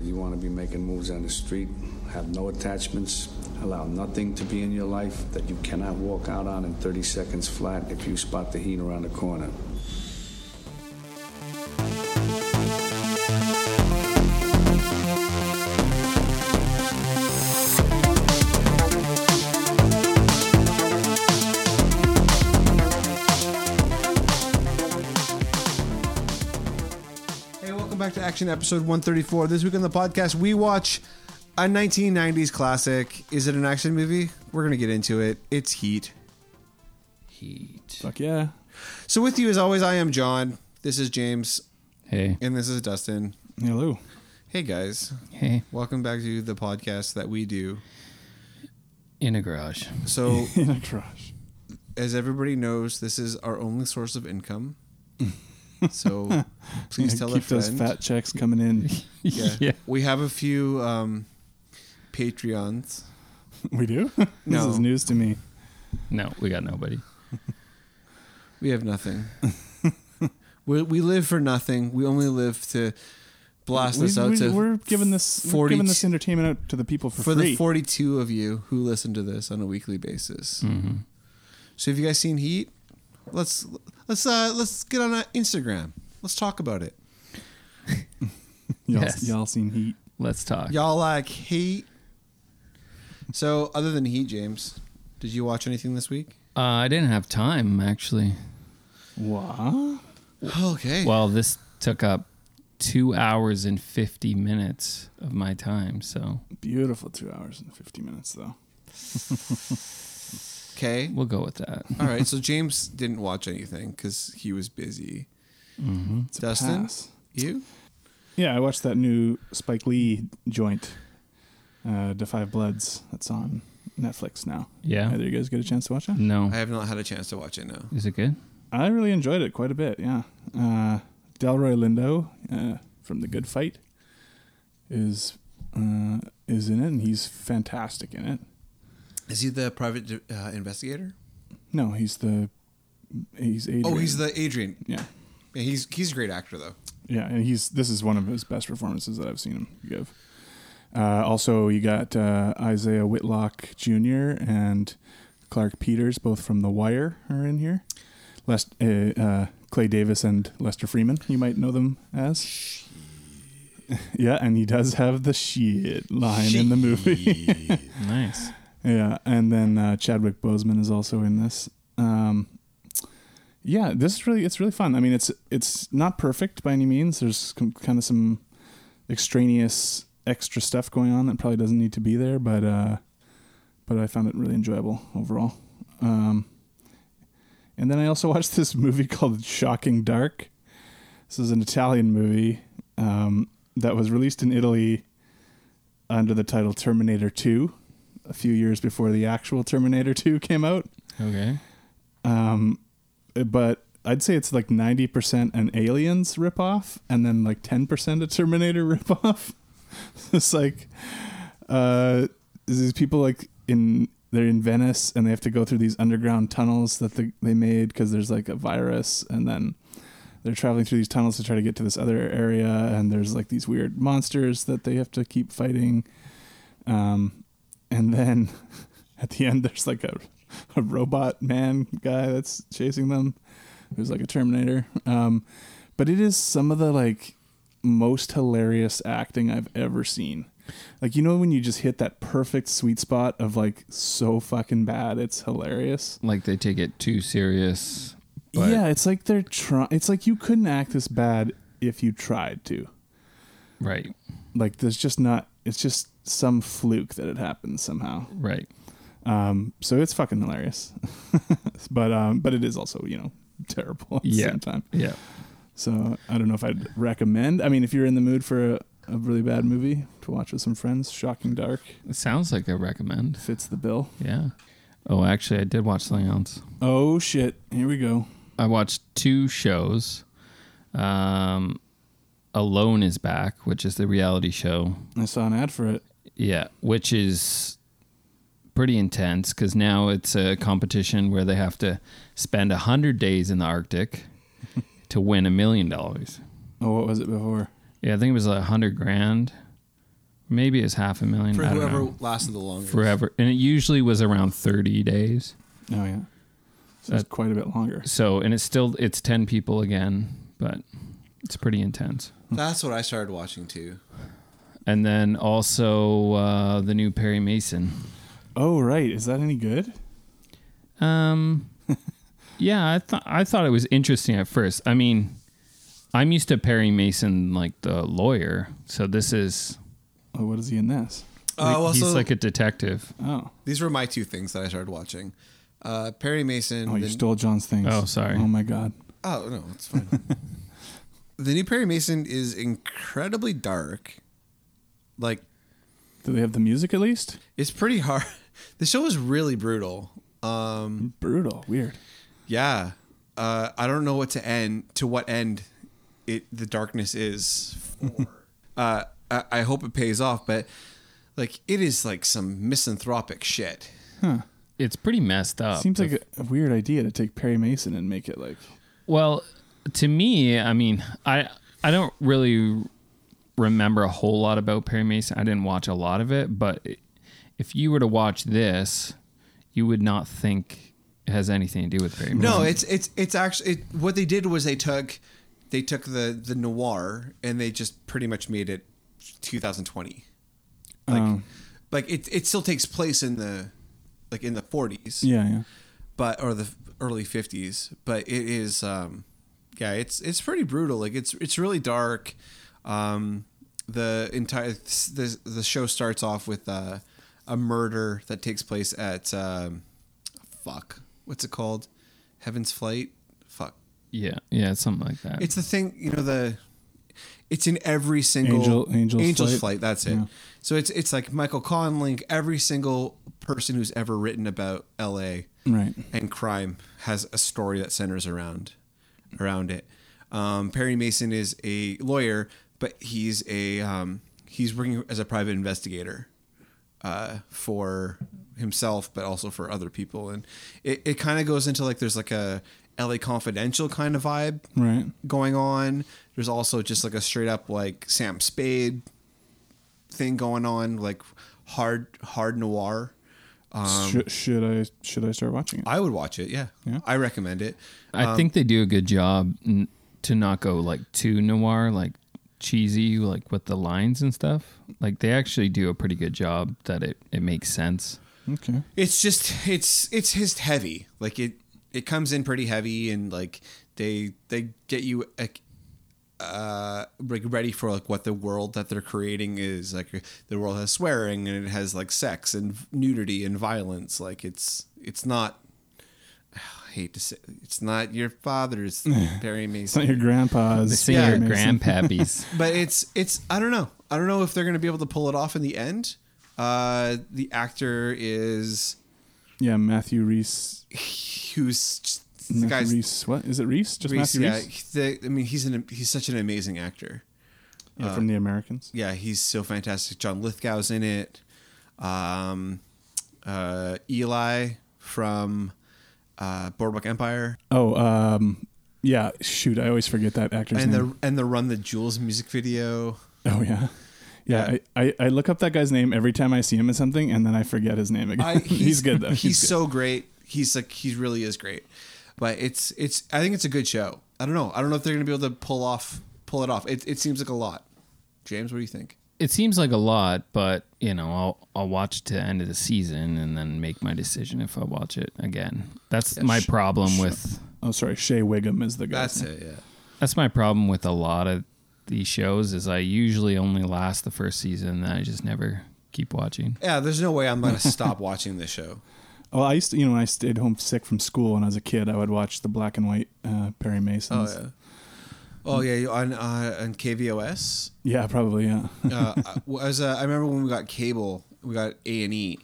You want to be making moves on the street, have no attachments, allow nothing to be in your life that you cannot walk out on in 30 seconds flat if you spot the heat around the corner. Hey, welcome back to Action Episode 134. This week on the podcast, we watch a 1990s classic. Is it an action movie? We're going to get into it. It's Heat. Heat. Fuck yeah. So, with you, as always, I am John. This is James. Hey. And this is Dustin. Hello. Hey, guys. Hey. Welcome back to the podcast that we do. In a garage. So, In a trash. as everybody knows, this is our only source of income. So, please Yeah, tell keep a those friend. fat checks coming in. yeah. We have a few um, Patreons. we do? this No. is news to me. No, we got nobody. We have nothing. we we live for nothing. We only live to blast this out to are giving this we're 40 giving this entertainment out to the people for, for free. the 42 of you who listen to this on a weekly basis. Mm-hmm. So have you guys seen Heat? Let's let's uh let's get on uh, Instagram. Let's talk about it. y'all, Yes. y'all seen Heat? Let's talk. Y'all like Heat? So other than Heat, James, did you watch anything this week? Uh, I didn't have time, actually. Wow. Okay. Well, this took up two hours and 50 minutes of my time. So Beautiful two hours and fifty minutes though. okay. we'll go with that. All right. So James didn't watch anything because he was busy. Mm-hmm. It's a Dustin? pass. You? Yeah, I watched that new Spike Lee joint, uh, Defy Bloods. That's on Netflix now. Yeah. Either you guys get a chance to watch that? No. I have not had a chance to watch it now. Is it good? I really enjoyed it quite a bit. Yeah, uh, Delroy Lindo uh, from The Good Fight is uh, is in it, and he's fantastic in it. Is he the private uh, investigator? No, he's the he's Adrian. Oh, he's the Adrian. yeah Yeah, he's he's a great actor though. yeah, and he's this is one of his best performances that I've seen him give. Uh, also, you got uh, Isaiah Whitlock Jr. and Clark Peters, both from The Wire, are in here. Lest, uh, uh, Clay Davis and Lester Freeman, you might know them as. Yeah, and he does have the shit line in the movie. Nice. yeah, and then uh, Chadwick Boseman is also in this. Um, yeah, this is really it's really fun. I mean, it's it's not perfect by any means. There's com- kind of some extraneous extra stuff going on that probably doesn't need to be there, but uh, but I found it really enjoyable overall. Um, and then I also watched this movie called Shocking Dark. This is an Italian movie um, that was released in Italy under the title Terminator 2 a few years before the actual Terminator 2 came out. Okay. Um, but I'd say it's like 90% an Aliens ripoff and then like 10% a Terminator ripoff. it's like, uh, these people like in, they're in Venice and they have to go through these underground tunnels that the, they made because there's like a virus and then they're traveling through these tunnels to try to get to this other area and there's like these weird monsters that they have to keep fighting. Um, and then at the end, there's like a a robot man guy that's chasing them who's like a terminator um but it is some of the like most hilarious acting i've ever seen like you know when you just hit that perfect sweet spot of like so fucking bad it's hilarious Like they take it too serious. But yeah it's like they're trying it's like you couldn't act this bad if you tried to Right. like there's just not it's just some fluke that it happens somehow Right. Um, so it's fucking hilarious, but um, but it is also you know terrible at the Yeah. same time. Yeah. So I don't know if I'd recommend. I mean, if you're in the mood for a, a really bad movie to watch with some friends, Shocking Dark It sounds like I recommend. fits the bill. Yeah. Oh, actually, I did watch something else. Oh shit! Here we go. I watched two shows. Um, Alone is back, which is the reality show. I saw an ad for it. Yeah, which is pretty intense because now it's a competition where they have to spend a hundred days in the Arctic to win a million dollars. Oh, what was it before? Yeah, I think it was a hundred grand. maybe it's half a million. for I don't whoever know. lasted the longest. forever, and it usually was around thirty days. Oh yeah, so it's quite a bit longer. So, and it's still it's ten people again, but it's pretty intense. That's what I started watching too. And then also uh, the new Perry Mason. Oh right, is that any good? Um, yeah, I thought I thought it was interesting at first. I mean, I'm used to Perry Mason like the lawyer, so this is Oh, what is he in this? Uh, well, he's so like a detective. Oh, these were my two things that I started watching. Uh, Perry Mason. oh, the- you stole John's things. Oh, sorry. Oh my god. oh no, it's fine. the new Perry Mason is incredibly dark. Like Do they have the music at least? it's pretty hard. The show is really brutal. Um, Brutal. Weird. Yeah. Uh, I don't know what to end to what end it the darkness is for. uh, I, I hope it pays off, but like it is like some misanthropic shit. It's pretty messed up. Seems like a, a weird idea to take Perry Mason and make it like. Well, to me, I mean, I I don't really remember a whole lot about Perry Mason. I didn't watch a lot of it, but if you were to watch this, you would not think it has anything to do with Perry Mason. Mm-hmm. No, it's it's it's actually it, what they did was they took they took the the noir and they just pretty much made it 2020. Like Oh. like it it still takes place in the like in the 40s. Yeah, yeah. but or the early 50s but it is um yeah it's it's pretty brutal like it's it's really dark um the entire the, the show starts off with uh, a murder that takes place at um fuck what's it called heaven's flight fuck Yeah, yeah, it's something like that. it's the thing you know the it's in every single Angel- Angel's Flight. That's it. Yeah. So it's it's like Michael Collin link. Every single person who's ever written about L.A Right. and crime has a story that centers around around it. Um, Perry Mason is a lawyer, but he's a um, he's working as a private investigator uh, for himself, but also for other people, and it, it kind of goes into like there's like a LA Confidential kind of vibe Right. going on. There's also just like a straight up like Sam Spade thing going on, like hard hard noir. should, should I should I start watching it? Um, I would watch it. Yeah, Yeah. I recommend it. I think they do a good job n- to not go like too noir, like cheesy, like with the lines and stuff. Like they actually do a pretty good job that it it makes sense. okay. it's just it's it's his heavy like it it comes in pretty heavy and like they they get you like, uh like ready for like what the world that they're creating is like the world has swearing and it has like sex and nudity and violence like it's it's not I hate to say it's not your father's Barry It's not your Mason grandpa's. Sing Yeah. your Perry Mason. grandpappies. but it's it's I don't know I don't know if they're gonna be able to pull it off in the end uh the actor is Yeah, Matthew Reese. who's just- the Matthew guy's Reese. What is it? Reese? Just Reese, Matthew yeah, Reese? he's the, I mean, he's an he's such an amazing actor. Yeah, uh, from the Americans. Yeah, he's so fantastic. John Lithgow's in it. Um, uh, Eli from uh, Boardwalk Empire, Oh, um, yeah. Shoot, I always forget that actor's and name. the and the Run the Jewels music video. oh yeah. Yeah, I, I, I look up that guy's name every time I see him in something, and then I forget his name again. I, he's, good though. He's, good. so great. He's like he really is great. But it's it's I think it's a good show. I don't know. I don't know if they're gonna be able to pull off pull it off. It it seems like a lot. James, what do you think? it seems like a lot, but you know, I'll I'll watch it to the end of the season and then make my decision if I watch it again. That's my problem with Oh, sorry, Shea Wiggum is the guy. That's it. Yeah. that's my problem with a lot of these shows is I usually only last the first season and I just never keep watching. Yeah. There's no way I'm gonna stop watching this show. Oh, I used to, you know, when I stayed home sick from school when I was a kid, I would watch the black and white uh, Perry Mason. Oh yeah. Oh yeah, you- on uh, on KVOS. yeah. probably, yeah. Uh, I was uh, I remember when we got cable, we got A and E,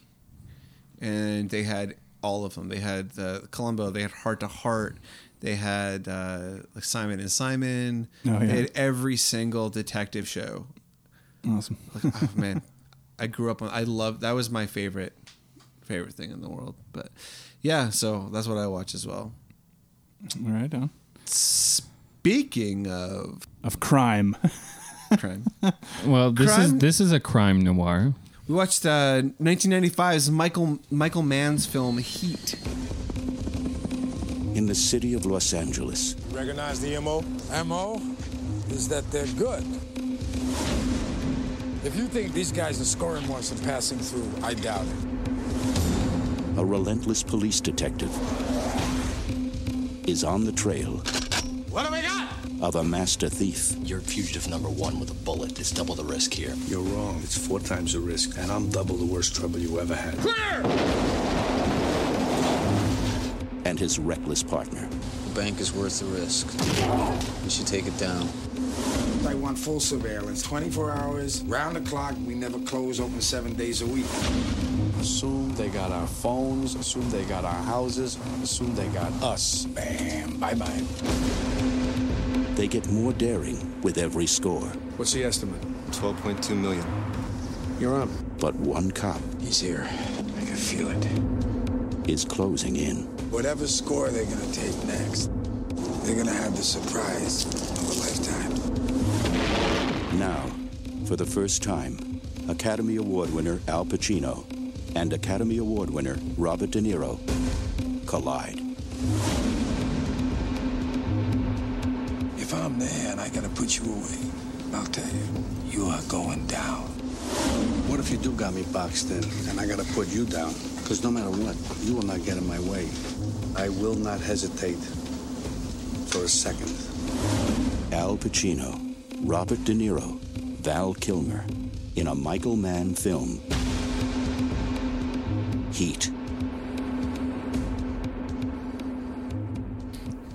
and they had all of them. They had uh, Columbo, they had Heart to Heart, they had uh, like Simon and Simon. Oh, yeah. They had every single detective show. awesome. Like, oh man, I grew up on. I loved that was my favorite favorite thing in the world. But yeah, so that's what I watch as well. All right, on. Speaking of Of crime. crime. Well, this Crime- is this is a crime noir. We watched uh, 1995's Michael Michael Mann's film Heat. in the city of Los Angeles. Recognize the MO? MO is that they're good. If you think these guys are scoring more than passing through, I doubt it. A relentless police detective is on the trail. Of a master thief You're fugitive number one with a bullet. It's double the risk here. You're wrong. It's four times the risk, and I'm double the worst trouble you ever had. and his reckless partner. The bank is worth the risk. We should take it down. I want full surveillance, 24 hours, round the clock. We never close open seven days a week. Assume they got our phones, assume they got our houses, assume they got us. Bam, bye bye. They get more daring with every score. What's the estimate? 12.2 million. You're up. But one cop He's here. I can feel it. is closing in. Whatever score they're gonna take next, they're gonna have the surprise of a lifetime. Now, for the first time, Academy Award winner Al Pacino and Academy Award winner Robert De Niro collide. If I'm there and I gotta put you away, I'll tell you, you are going down. What if you do got me boxed in and I gotta put you down? Because no matter what, you will not get in my way. I will not hesitate for a second. Al Pacino, Robert De Niro, Val Kilmer in a Michael Mann film. Heat.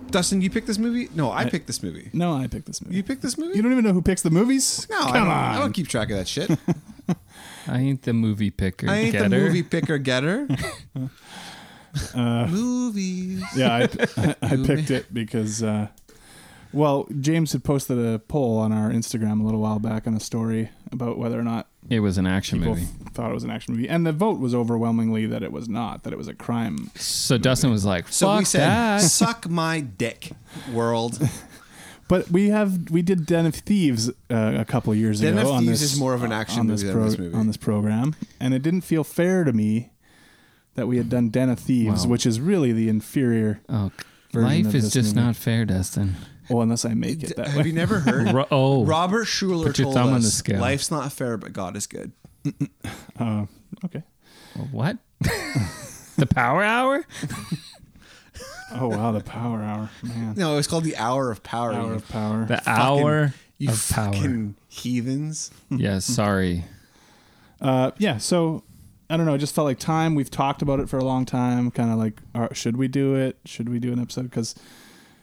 Dustin, you picked this movie? No, I picked this movie. No, I picked this movie. You picked this movie? You don't even know who picks the movies? no, I, come don't, on. I don't keep track of that shit. I ain't the movie picker. I ain't getter. the movie picker getter. Uh, Movies. yeah, I, I, picked it because, uh, well, James had posted a poll on our Instagram a little while back on a story about whether or not It was an action people movie. f- thought it was an action movie, and the vote was overwhelmingly that it was not, that it was a crime. So Dustin was like, "Fuck So we said, that." "Suck my dick, world." But we have we did Den of Thieves uh, a couple of years Den ago. of on Thieves this- is more of an action on this movie than this movie. on this program, and it didn't feel fair to me that we had done Den of Thieves, Wow. which is really the inferior. Oh, version life of is this just movie. not fair, Dustin. Well, unless I make it that have way. you never heard? Ro- oh, Robert Schuller Put your told thumb us, on the scale. "Life's not fair, but God is good." okay. what? the Power Hour? Oh wow, the Power Hour, man. No, it was called the Hour of Power. Hour you of Power. The fucking- Hour you of Power. fucking heathens. Yeah, sorry. Uh, yeah, so I don't know. It just felt like time. We've talked about it for a long time. Kind of like, are, should we do it? Should we do an episode? Because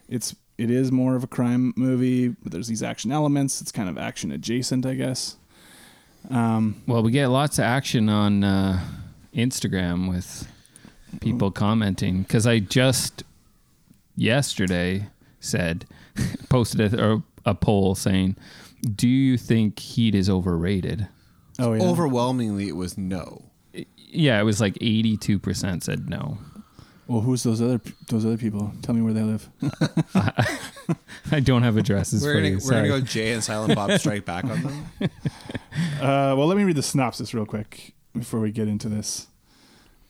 it's it is more of a crime movie. But there's these action elements. It's kind of action adjacent, I guess. Well, we get lots of action on uh, Instagram with people commenting because I just yesterday said, posted a, or a poll saying, "Do you think heat is overrated?" Oh yeah. Overwhelmingly, it was no. Yeah, it was like eighty-two percent said no. well, who's those other those other people? Tell me where they live. I don't have addresses We're for gonna you. we're sorry. gonna go Jay and Silent Bob Strike Back on them. Uh, well, let me read the synopsis real quick before we get into this.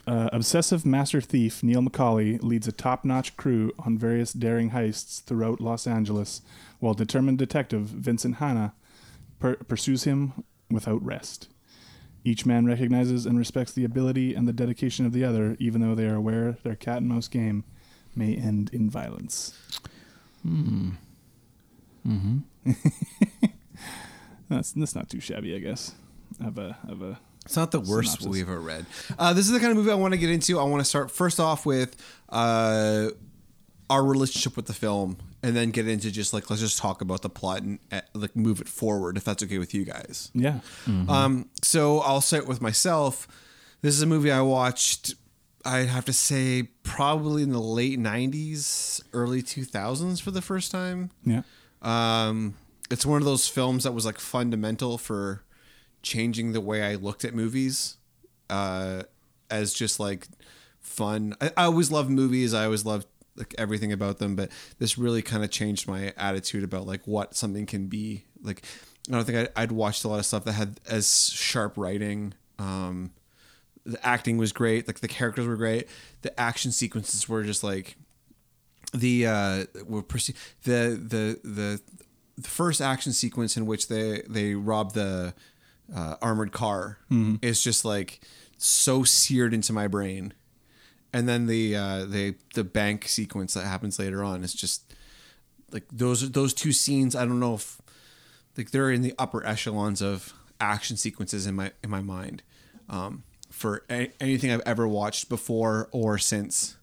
Uh, obsessive master thief Neil McCauley leads a top notch crew on various daring heists throughout Los Angeles, while determined detective Vincent Hanna per- pursues him without rest. Each man recognizes and respects the ability and the dedication of the other, even though they are aware their cat and mouse game may end in violence. Hmm. Mm-hmm. that's, that's not too shabby, I guess. Of a of a It's not the worst Synopsis. we've ever read. Uh, this is the kind of movie I want to get into. I want to start first off with uh, our relationship with the film, and then get into just like let's just talk about the plot and uh, like move it forward if that's okay with you guys. yeah. Um, so I'll start with myself. This is a movie I watched. I'd have to say probably in the late '90s, early 2000s for the first time. Yeah. Um, it's one of those films that was like fundamental for changing the way I looked at movies uh, as just like fun. I, I always loved movies. I always loved like everything about them, but this really kind of changed my attitude about like what something can be. Like I don't think I'd, I'd watched a lot of stuff that had as sharp writing. Um, the acting was great. Like the characters were great. The action sequences were just like the uh, were perce- the, the the the first action sequence in which they they rob the uh, armored car is just like so seared into my brain. And then the uh, the the bank sequence that happens later on is just like those those two scenes. I don't know if like they're in the upper echelons of action sequences in my in my mind um, for a- anything I've ever watched before or since.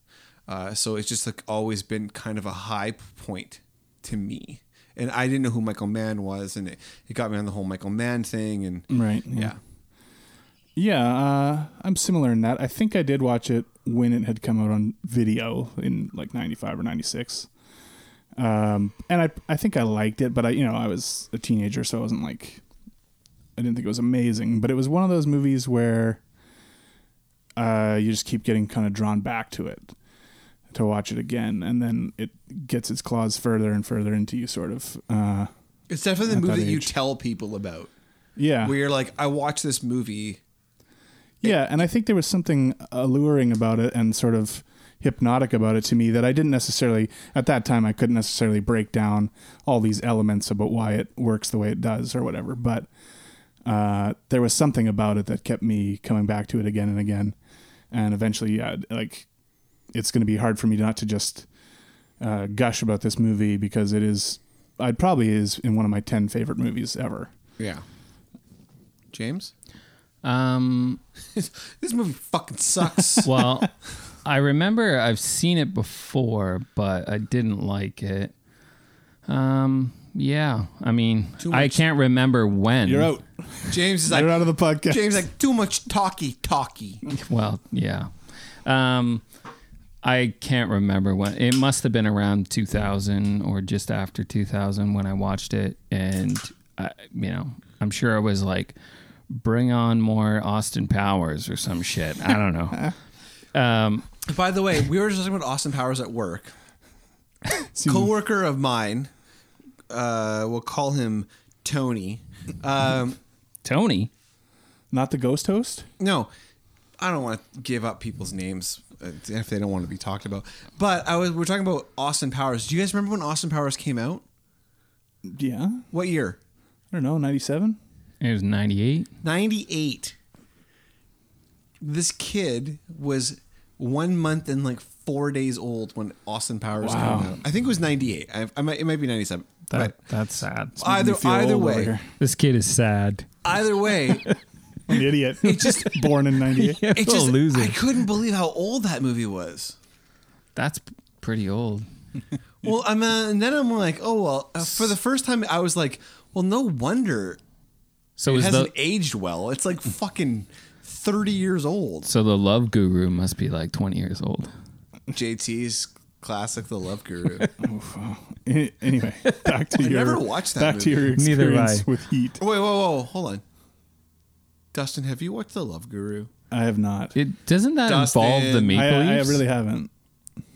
Uh, so it's just like always been kind of a high point to me, and I didn't know who Michael Mann was, and it, it got me on the whole Michael Mann thing, and Right. yeah, Yeah, uh, I'm similar in that. I think I did watch it when it had come out on video in like '95 or '96, um, and I I think I liked it, but I you know I was a teenager, so I wasn't like I didn't think it was amazing, but it was one of those movies where uh, you just keep getting kind of drawn back to it to watch it again, and then it gets its claws further and further into you, sort of. Uh, it's definitely the At movie that that you age. Ah. tell people about. yeah, Where you're like, I watched this movie. Yeah, and I think there was something alluring about it and sort of hypnotic about it to me that I didn't necessarily at that time I couldn't necessarily break down all these elements about why it works the way it does or whatever, but uh, there was something about it that kept me coming back to it again and again, and eventually, yeah, like it's going to be hard for me not to just uh, gush about this movie because it is, I'd probably is in one of my ten favorite movies ever. Yeah. James, Um, this movie fucking sucks. well, I remember I've seen it before, but I didn't like it. Um, yeah, I mean, I can't remember when. You're out. James is Mm. You're like, out of the podcast. James is like too much talky talky. Well, yeah. Um, I can't remember when. It must have been around 2000 or just after 2000 when I watched it, and I, you know, I'm sure I was like, "Bring on more Austin Powers" or some shit. I don't know. Um, By the way, we were just talking about Austin Powers at work. Coworker of mine, uh, we'll call him Tony. Um, Tony. Not the ghost host. no, I don't want to give up people's names uh, if they don't want to be talked about. But I was we we're talking about Austin Powers. Do you guys remember when Austin Powers came out? Yeah, I What year? don't know, ninety-seven. It was 98. 98. This kid was one month and like four days old when Austin Powers came out. I think it was 98. I, I might, it might be 97. That, that's sad. but either feel either old way, over here. This kid is sad. either way, I'm an idiot. just- born in '98. it just, I couldn't believe how old that movie was. That's pretty old. Well, I'm uh, and then I'm like, oh well. Uh, for the first time, I was like, well, no wonder So it is hasn't the aged well. It's like fucking thirty years old. so the love guru must be like 20 years old. JT's classic, The Love Guru. An- Anyway, back to your never watched that back to movie. your Neither have experience I. with Heat. Wait, whoa, whoa, hold on. Dustin, have you watched The Love Guru? I have not. It doesn't that involve the Dustin, I, Maple I Leafs? really haven't.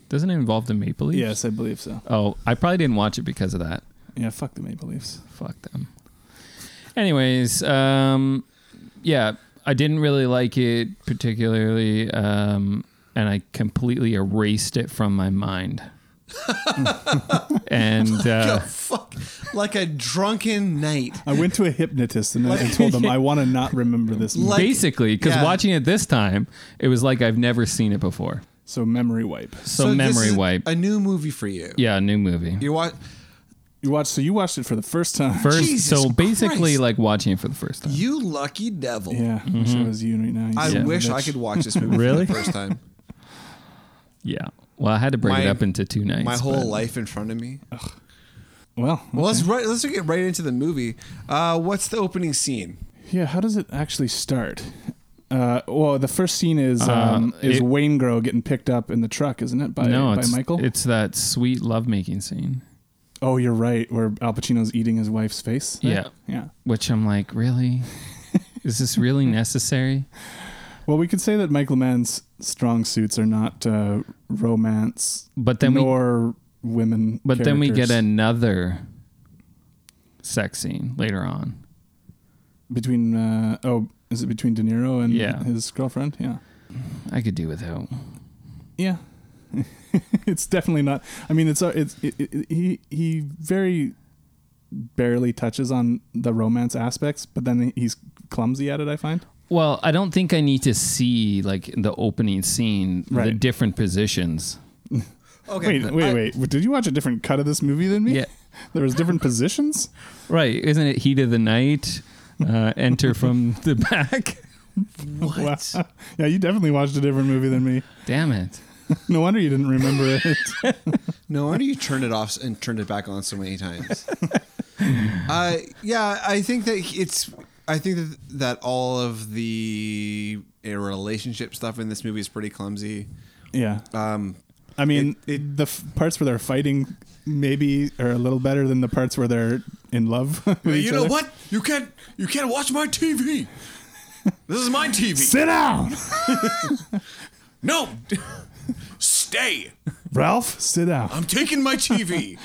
doesn't it involve the Maple Leafs? Yes, I believe so. Oh, I probably didn't watch it because of that. Yeah, fuck the Maple Leafs. Fuck them. Anyways, um, yeah, I didn't really like it particularly, um, and I completely erased it from my mind. and uh, Fuck, like a drunken night. I went to a hypnotist and, and told them I want to not remember this. movie. Like- basically, because yeah. watching it this time, it was like I've never seen it before. so memory wipe. So, this memory is wipe. A new movie for you. yeah, new movie. You watch. You watched. So you watched it for the first time. First, Jesus so basically, Christ. like watching it for the first time. You lucky devil. Yeah, I Mm-hmm. wish I was you right now. you I son of a wish I bitch. could watch this movie Really? for the first time. yeah. Well, I had to break My- it up into two nights. My whole but- life in front of me. Well, Well, let's right, let's get right into the movie. Uh, what's the opening scene? Yeah, how does it actually start? Uh, well, the first scene is um, Uh, is it- Wayne Grow getting picked up in the truck, isn't it? By no, by it's, Michael. It's that sweet lovemaking scene. oh, you're right. Where Al Pacino's eating his wife's face. there? Yeah. yeah. Which I'm like, really? Is this really necessary? Well, we could say that Michael Mann's strong suits are not uh, romance, But then we nor women. but then we get characters. another sex scene later on. between uh, oh, is it between De Niro and Yeah. his girlfriend? Yeah, I could do without. yeah. it's definitely not. I mean, it's uh, it's it, it, he he very barely touches on the romance aspects, but then he's clumsy at it. I find. Well, I don't think I need to see like the opening scene, the Right. different positions. Okay. wait, wait, wait, Did you watch a different cut of this movie than me? Yeah. There was different positions. Right? Isn't it heat of the night? Uh, enter from the back. What? Wow. Yeah, you definitely watched a different movie than me. Damn it! No wonder you didn't remember it. No wonder you turned it off and turned it back on so many times. uh, yeah, I think that it's. I think that, that all of the uh, relationship stuff in this movie is pretty clumsy. yeah. Um, I mean, It- it- the f- parts where they're fighting maybe are a little better than the parts where they're in love. with each you know other. what? You can't. You can't watch my TV. This is my TV. Sit down, No, stay. Ralph. Sit down. I'm taking my TV.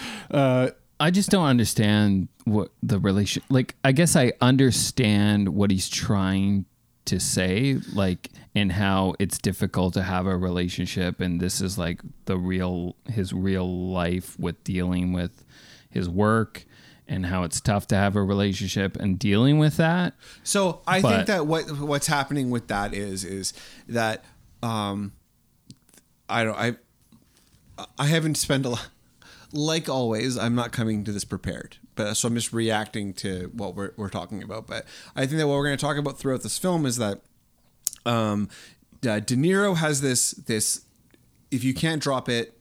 I just don't understand what the relation. Like, I guess I understand what he's trying to say, like, and how it's difficult to have a relationship, and this is like the real his real life with dealing with his work, and how it's tough to have a relationship and dealing with that. So I But- think that what what's happening with that is is that um, I don't I I haven't spent a lot. Like always, I'm not coming to this prepared, but so I'm just reacting to what we're we're talking about. But I think that what we're going to talk about throughout this film is that um, uh, De Niro has this this if you can't drop it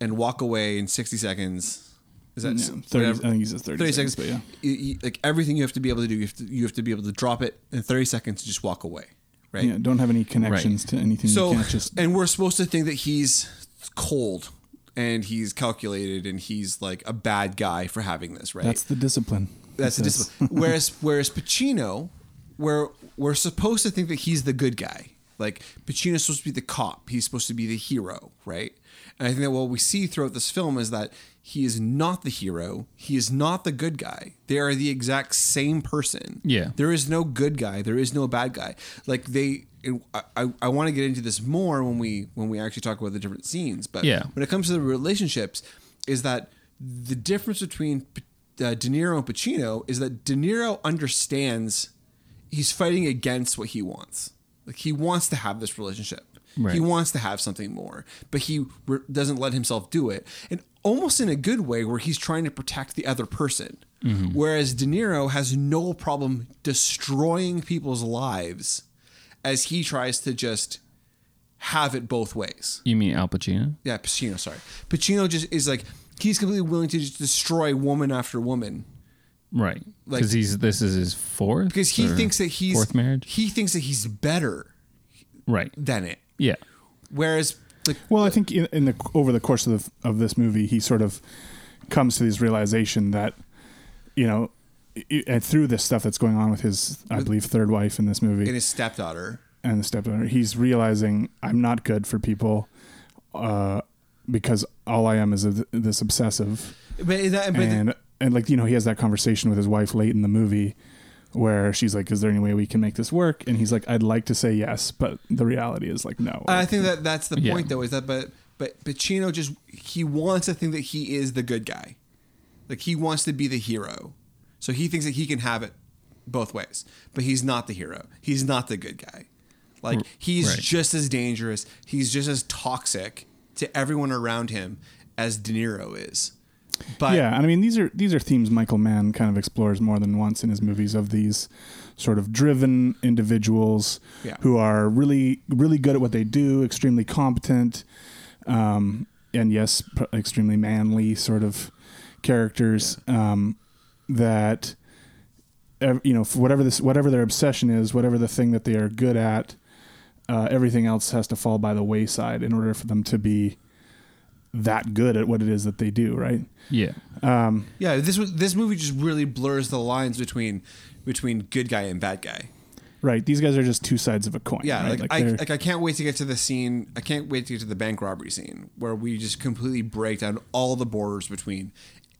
and walk away in 60 seconds. Is that Yeah, 30 I think he says 30 seconds, but yeah. you- you- like everything you have to be able to do, you have to, you have to be able to drop it in 30 seconds to just walk away, right? Yeah, don't have any connections to anything. so you can't just and we're supposed to think that he's cold and he's calculated and he's like a bad guy for having this, right? that's the discipline. That's It the says. discipline. Whereas whereas Pacino, where we're supposed to think that he's the good guy. Like Pacino's supposed to be the cop. He's supposed to be the hero, right? And I think that what we see throughout this film is that he is not the hero. He is not the good guy. They are the exact same person. Yeah. There is no good guy. There is no bad guy. Like they and I, I, I want to get into this more when we when we actually talk about the different scenes. But Yeah. when it comes to the relationships, is that the difference between uh, De Niro and Pacino is that De Niro understands he's fighting against what he wants. Like he wants to have this relationship. Right. He wants to have something more, but he re- doesn't let himself do it. And almost in a good way, where he's trying to protect the other person. Whereas De Niro has no problem destroying people's lives as he tries to just have it both ways. You mean Al Pacino? Yeah, Pacino. Sorry, Pacino just is like he's completely willing to just destroy woman after woman Right? Like- Because he's this is his fourth. because he or thinks that he's fourth marriage. He thinks that he's better Right. than it. Yeah. Whereas, like, Well, I think in, in the over the course of the, of this movie, he sort of comes to this realization that you know, i- i- through this stuff that's going on with his, I believe, third wife in this movie in his stepdaughter, and the stepdaughter, he's realizing I'm not good for people uh, because all I am is a, this obsessive but that, but and and like you know he has that conversation with his wife late in the movie where she's like is there any way we can make this work and he's like i'd like to say yes but the reality is like no I think that that's the Yeah. point though is that but but Pacino just he wants to think that he is the good guy, like he wants to be the hero, so he thinks that he can have it both ways. But he's not the hero. He's not the good guy. Like he's Mm, right. just as dangerous. He's just as toxic to everyone around him as De Niro is. But yeah and i mean these are these are themes michael mann kind of explores more than once in his movies of these sort of driven individuals Yeah. who are really really good at what they do extremely competent um and yes pr- extremely manly sort of characters um that ev- you know for whatever this whatever their obsession is whatever the thing that they are good at uh, everything else has to fall by the wayside in order for them to be that good at what it is that they do right Yeah. yeah, this was this movie just really blurs the lines between between good guy and bad guy. Right. These guys are just two sides of a coin. Yeah, right? like, I they're- like I can't wait to get to the scene. I can't wait to get to the bank robbery scene where we just completely break down all the borders between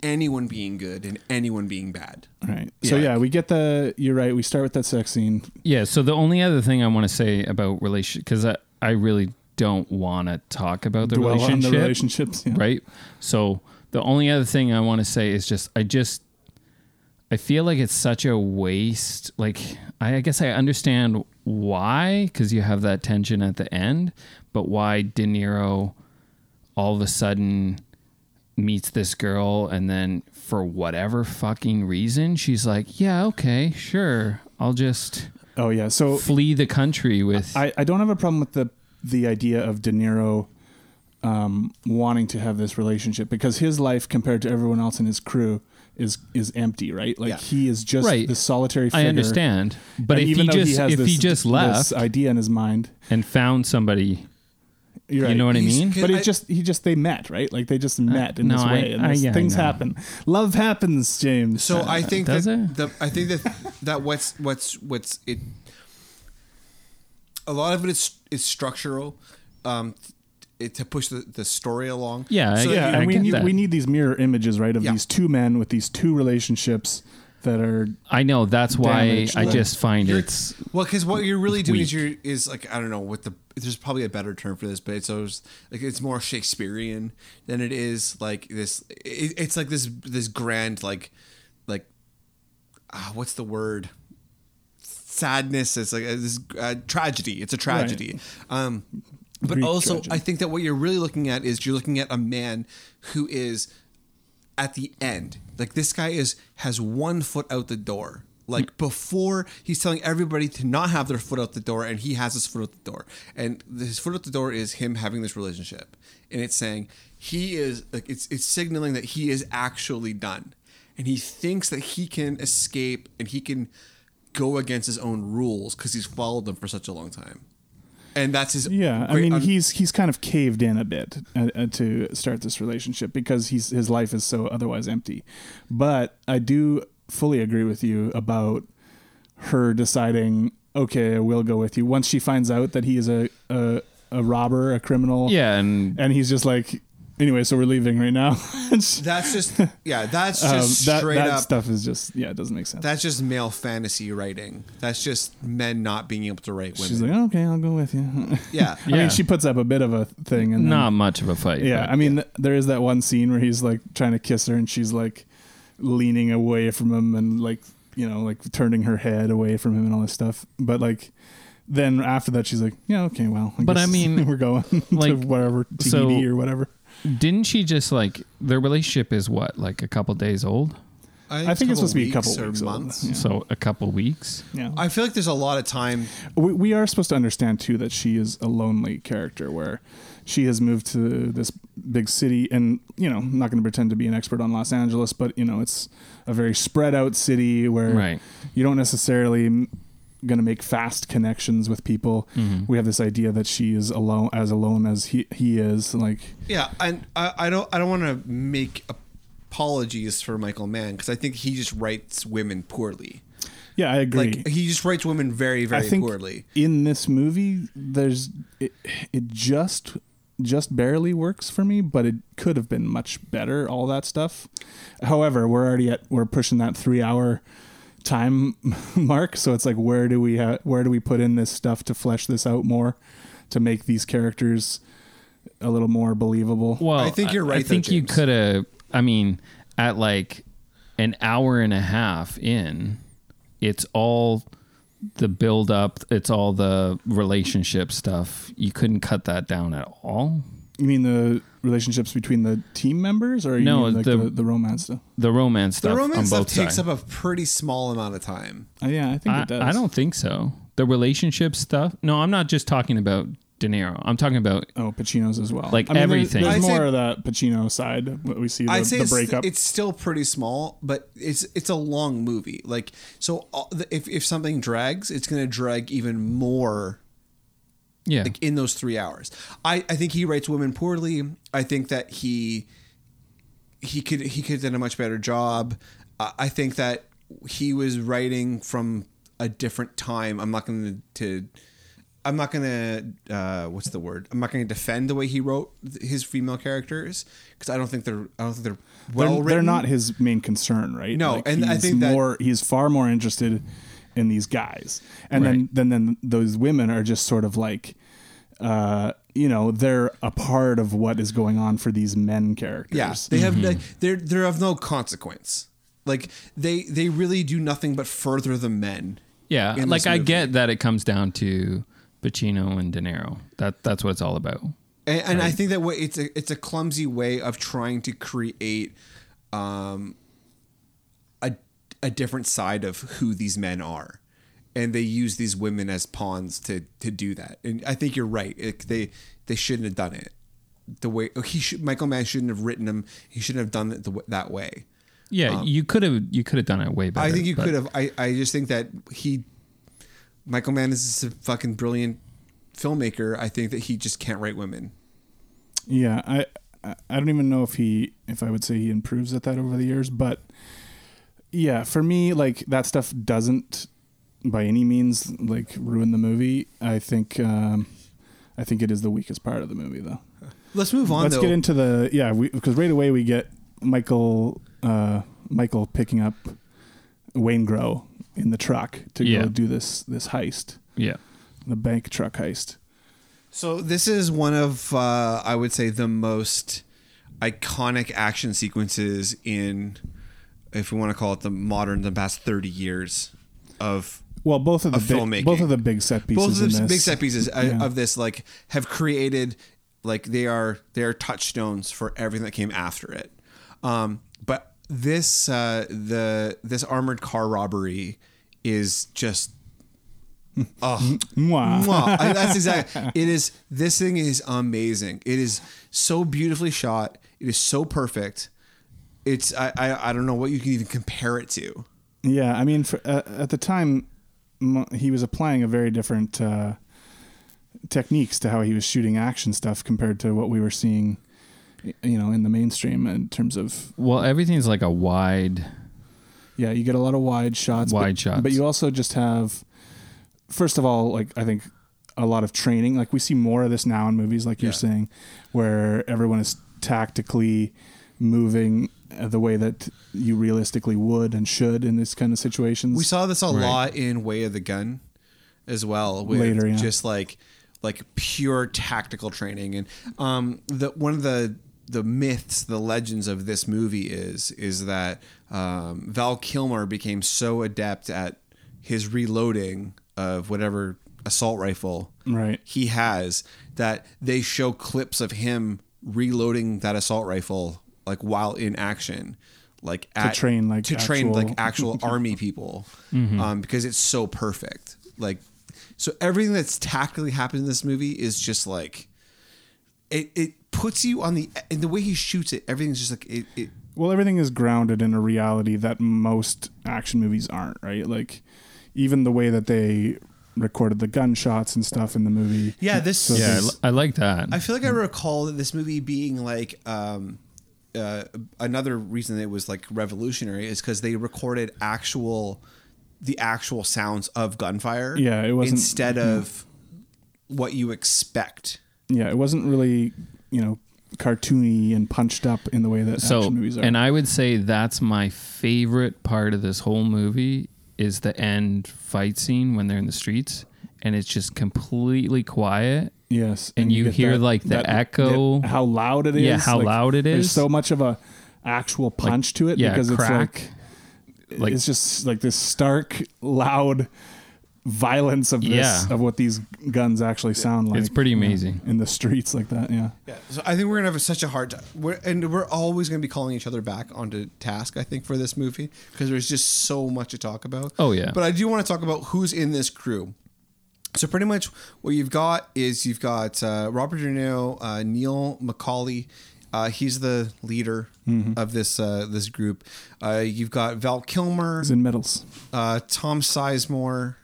anyone being good and anyone being bad. Right. So yeah, we get the. You're right. We start with that sex scene. Yeah. So the only other thing I want to say about relationship, because I, I really don't want to talk about the Dwell on relationship, the relationships. yeah. right? So the only other thing I want to say is just I just I feel like it's such a waste. Like I, I guess I understand why because you have that tension at the end, but why De Niro all of a sudden meets this girl and then for whatever fucking reason she's like, yeah, okay, sure, I'll just Oh yeah. So flee the country with I, I don't have a problem with the the idea of De Niro um, wanting to have this relationship because his life compared to everyone else in his crew is is empty, right? Like Yeah. he is just Right. the solitary. Figure. I understand, but And if he though just if this- he just left this idea in his mind, and found somebody, you're right. you know what I He's mean? good. But it I- just he just they met, right? Like they just met in no, this I- way, and I- this- yeah, I things know. happen. Love happens, James. So I think does that it? the I think that that what's what's what's it a lot of it is is structural um it, to push the, the story along. Yeah, So yeah, I you- and we get need, that. we need these mirror images, right, of Yeah. these two men with these two relationships that are I know that's why Damaged, I like, just find You're- it's well, because what you're really doing weak. is you're is like I don't know what the there's probably a better term for this, but it's always like it's more Shakespearean than it is like this. It, it's like this this grand like like ah, what's the word sadness. It's like uh, this uh, tragedy. It's a tragedy. Um, but Greek also, tragedy. I think that what you're really looking at is you're looking at a man who is at the end. Like this guy is has one foot out the door. Like before, he's telling everybody to not have their foot out the door, and he has his foot out the door. And his foot out the door is him having this relationship, and it's saying he is like it's it's signaling that he is actually done, and he thinks that he can escape and he can go against his own rules because he's followed them for such a long time, and that's his Yeah, I great mean, un- he's he's kind of caved in a bit uh, uh, to start this relationship because he's his life is so otherwise empty. But I do fully agree with you about her deciding, okay, I will go with you. Once she finds out that he is a a, a robber, a criminal, yeah, and and he's just like, anyway, so we're leaving right now. It's- that's just yeah that's um, just that straight that up stuff is just yeah, it doesn't make sense. That's just male fantasy writing. That's just men not being able to write women. She's like, okay, I'll go with you. yeah. I Yeah. mean, she puts up a bit of a thing, and then- not much of a fight. Yeah, but- I mean, th there is that one scene where he's like trying to kiss her, and she's like leaning away from him, and like you know, like turning her head away from him, and all this stuff. But like, then after that, she's like, "Yeah, okay, well." But I guess mean, we're going like, to whatever Tahiti so- or whatever. didn't she just like their relationship is what like a couple days old, I think it's supposed to be a couple or weeks old. months. Yeah. so a couple weeks. Yeah, I feel like there's a lot of time. we, we are supposed to understand too that she is a lonely character where she has moved to this big city and you know I'm not going to pretend to be an expert on los angeles but you know it's a very spread out city where Right. you don't necessarily going to make fast connections with people we have this idea that she is alone as alone as he, he is like Yeah, and I, I don't I don't want to make apologies for Michael Mann because I think he just writes women poorly. yeah i agree Like he just writes women very very I think poorly. in this movie, there's it, it just just barely works for me, but it could have been much better. All that stuff. However, we're already at we're pushing that three hour time mark, so it's like where do we ha- where do we put in this stuff to flesh this out more to make these characters a little more believable? Well, I think you're I right, though, think you James. could have. I mean, at like an hour and a half in, it's all the build up. It's all the relationship stuff. You couldn't cut that down at all. You mean the relationships between the team members, or you No, mean like the- the, the romance stuff? The romance The stuff romance on stuff both takes sides. up a pretty small amount of time. Uh, yeah, I think I, it does. I don't think so. The relationship stuff. No, I'm not just talking about De Niro. I'm talking about Oh, Pacino's as well. Like there's- everything. There's, I'd say- more of that Pacino side. What we see the, I'd say the it's, breakup. it's still pretty small, but it's it's a long movie. Like so, all the- if if something drags, it's going to drag even more yeah. like in those three hours. I, I think he writes women poorly. I think that he he could he could have done a much better job. I I think that he was writing from a different time. I'm not going to I'm not gonna uh, what's the word? I'm not gonna defend the way he wrote th- his female characters because I don't think they're I don't think they're well they're, written. they're not his main concern, right? No, and I he's think that- more he's far more interested in these guys, and then then then those women are just sort of like, uh, you know, they're a part of what is going on for these men characters. Yeah, they have no- they're they're of no consequence. Like they they really do nothing but further the men. Yeah, in like this I movie. get that it comes down to Pacino and De Niro. That that's what it's all about. and, and I think that way it's a it's a clumsy way of trying to create um a a different side of who these men are, and they use these women as pawns to to do that. And I think you're right. It, they they shouldn't have done it the way oh, he should. Michael Mann shouldn't have written them. He shouldn't have done it the, w- that way. Yeah, you could have you could have done it way better. I think you but- could have. I, I just think that he, Michael Mann is a fucking brilliant filmmaker. I think that he just can't write women. Yeah, I I- I don't even know if he if I would say he improves at that over the years, but yeah, for me like that stuff doesn't by any means like ruin the movie. I think um I think it is the weakest part of the movie though. Let's move on. Let's though. get into the yeah, because right away we get Michael uh Michael picking up Wayne Grow in the truck to Yeah. go do this this heist, Yeah, the bank truck heist. So this is one of uh, I would say the most iconic action sequences in, if we want to call it the modern, the past thirty years of Well, both of the Of big, filmmaking. both of the big set pieces. both of in the this. big set pieces uh, Yeah. of this like have created like they are they are touchstones for everything that came after it um but this uh the this armored car robbery is just oh Mwah. Mwah. I- that's exactly it is this thing is amazing it is so beautifully shot it is so perfect it's i i, I don't know what you can even compare it to Yeah, I mean, for, uh, at the time, m- he was applying a very different uh, techniques to how he was shooting action stuff compared to what we were seeing, y- you know, in the mainstream in terms of well, everything's like a wide. yeah, you get a lot of wide shots, Wide but, shots. but you also just have, first of all, like I think a lot of training. Like we see more of this now in movies, like you're saying, where everyone is tactically moving uh, the way that you realistically would and should in this kind of situations. We saw this a lot in Way of the Gun as well with Later, yeah. just like like pure tactical training and um the one of the the myths, the legends of this movie is is that um, Val Kilmer became so adept at his reloading of whatever assault rifle Right. he has that they show clips of him reloading that assault rifle like while in action like at, train, like, to train actual- like actual army people um, because it's so perfect like so everything that's tactically happened in this movie is just like it, it puts you on the and the way he shoots it everything's just like it, it well everything is grounded in a reality that most action movies aren't right like even the way that they recorded the gunshots and stuff in the movie yeah this Yeah, I li- I, like that. I feel like I recall this movie being like um, uh, another reason it was like revolutionary is because they recorded actual the actual sounds of gunfire. Yeah, it wasn't- Mm-hmm. instead of what you expect. yeah it wasn't really you know cartoony and punched up in the way that so, action movies are and I would say that's my favorite part of this whole movie is the end fight scene when they're in the streets and it's just completely quiet. yes and you get hear, like, the echo. how loud it is Yeah, how like, loud it there's is. so much of a actual punch to it yeah, because crack. it's like Like- it's just like this stark loud violence of this Yeah. of what these guns actually sound like It's pretty you know, amazing. in the streets like that yeah Yeah, so I think we're gonna have such a hard time, we're, and we're always gonna be calling each other back onto task. I think for this movie because there's just so much to talk about. Oh, yeah. but I do want to talk about who's in this crew. So pretty much what you've got is you've got uh, Robert De Niro, uh, Neil McCauley. Uh, he's the leader of this uh, this group. Uh, you've got Val Kilmer, It's in metals uh, Tom Sizemore,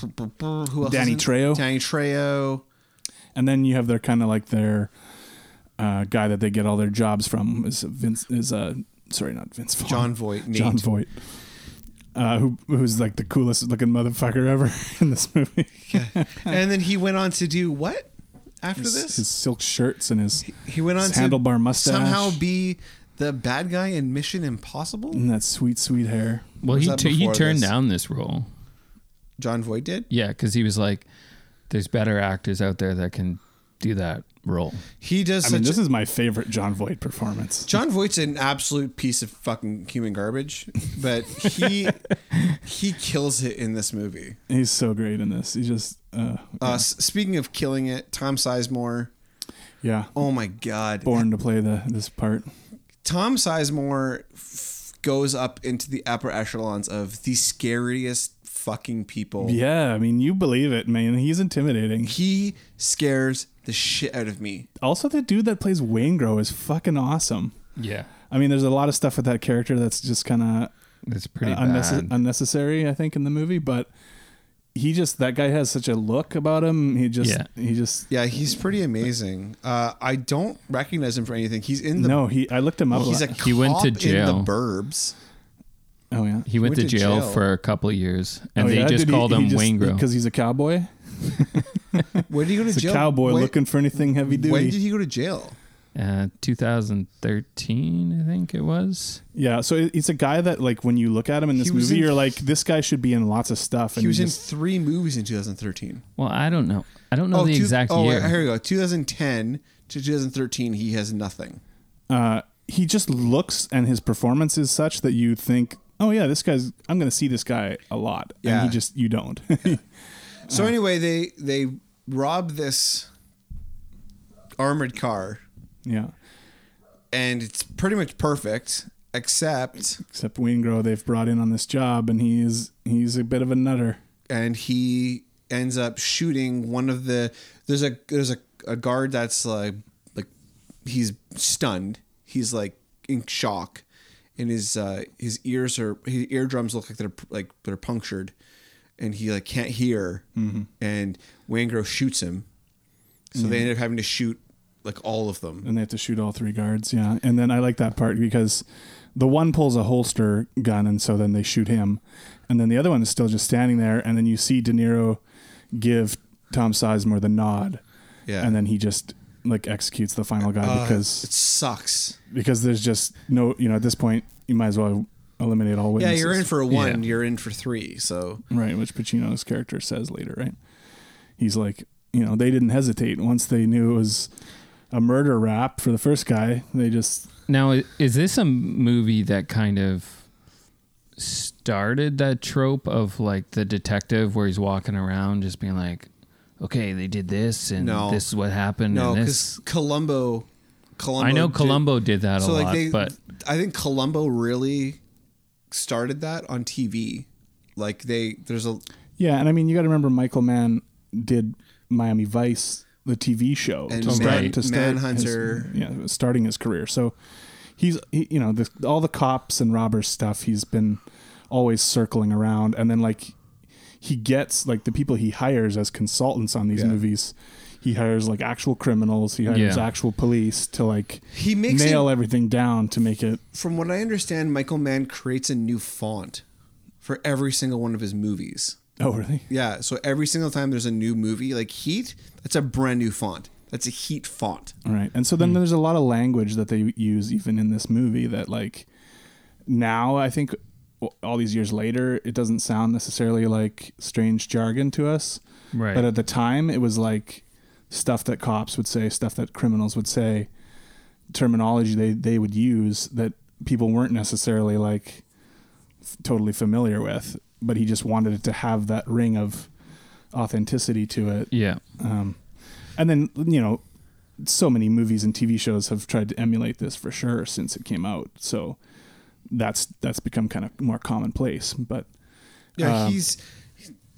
who else? Danny is in- Trejo. Danny Trejo. and then you have their kind of like their uh, guy that they get all their jobs from is Vince is uh sorry not Vince Vaughn. John Voight, Nate. John Voight uh, who who's like the coolest looking motherfucker ever in this movie. and then he went on to do what after his, this? his silk shirts and his he went on his to handlebar mustache somehow be the bad guy in Mission Impossible. and that sweet sweet hair. Well, Was he that tu- he before turned this? down this role. John Voight did. Yeah, because he was like, "There's better actors out there that can do that role." He does. I such mean, a- this is my favorite John Voight performance. John Voight's an absolute piece of fucking human garbage, but he He kills it in this movie. He's so great in this. He just uh, Uh, s- speaking of killing it, Tom Sizemore. yeah, Oh my god. born to play the this part. Tom Sizemore f- goes up into the upper echelons of the scariest fucking people. Yeah, I mean, you believe it, man. He's intimidating. He scares the shit out of me. Also, the dude that plays Wayne Grow is fucking awesome. Yeah, I mean, there's a lot of stuff with that character that's just kind of it's pretty unnecessary, bad. unnecessary, I think, in the movie. But he just that guy has such a look about him. He just Yeah. he just Yeah, he's pretty amazing. Uh, I don't recognize him for anything. He's in the no. He I looked him up. he's a lot. cop He went to in jail. the burbs. oh yeah. he went, to, jail, for a couple of years, and Oh, they yeah? just Did he- called he him just- Wayne Grow. because he's a cowboy. Where did he go to He's jail? a cowboy when, looking for anything heavy duty. When did he go to jail? Uh, 2013, I think it was. yeah, so it- it's a guy that like when you look at him in this He was movie, in- you're like, this guy should be in lots of stuff. And He was in just- three movies in 2013. Well, I don't know. I don't know the two- exact oh, year. wait, here we go. 2010 to 2013, he has nothing. uh, he just looks and his performance is such that you think, oh yeah, this guy's. I'm going to see this guy a lot. Yeah. And he just you don't. So anyway, they they rob this armored car, yeah. and it's pretty much perfect, except Except Wingrow, they've brought in on this job, and he is he's a bit of a nutter. and he ends up shooting one of the there's a there's a, a guard that's like like he's stunned, he's like in shock, and his uh his ears are his eardrums look like they're like they're punctured, and he like can't hear, Mm-hmm. and Wangro shoots him, so they end up having to shoot like all of them. and they have to shoot all three guards. Yeah, and then I like that part because the one pulls a holster gun, and so then they shoot him, and then the other one is still just standing there, and then you see De Niro give Tom Sizemore the nod, Yeah. Uh, and then he just like executes the final guy Uh, It because sucks. because there's just no you know at this point you might as well eliminate all Yeah, witnesses. you're in for a one, Yeah. you're in for three. So right, which Pacino's character says later, right? He's like, you know, they didn't hesitate once they knew it was a murder rap for the first guy. They just Now, i- is this a movie that kind of started that trope of like the detective where he's walking around just being like, okay, they did this and No. this is what happened? no, and because this. Columbo, Columbo. I know did- Columbo did that so a like lot, they, but I think Columbo really started that on TV. Like they, there's a Yeah, and I mean, you got to remember Michael Mann did Miami Vice, the TV show, And to Man- start, to start Manhunter. His, yeah, starting his career. So he's, he, you know, the, all the cops and robbers stuff. He's been always circling around, and then like he gets like the people he hires as consultants on these movies. He hires like actual criminals. He hires Yeah. actual police to like He makes nail it- everything down to make it. from what I understand, Michael Mann creates a new font for every single one of his movies. Oh, really? Yeah, so every single time there's a new movie, like Heat, that's a brand new font. That's a Heat font. Right. And so then there's a lot of language that they use even in this movie that like now I think w- all these years later it doesn't sound necessarily like strange jargon to us. Right. But at the time it was like stuff that cops would say, stuff that criminals would say, terminology they they would use that people weren't necessarily like f- totally familiar with, but he just wanted it to have that ring of authenticity to it. yeah. Um, and then you know, so many movies and TV shows have tried to emulate this for sure since it came out. So that's that's become kind of more commonplace. But Yeah, Um, he's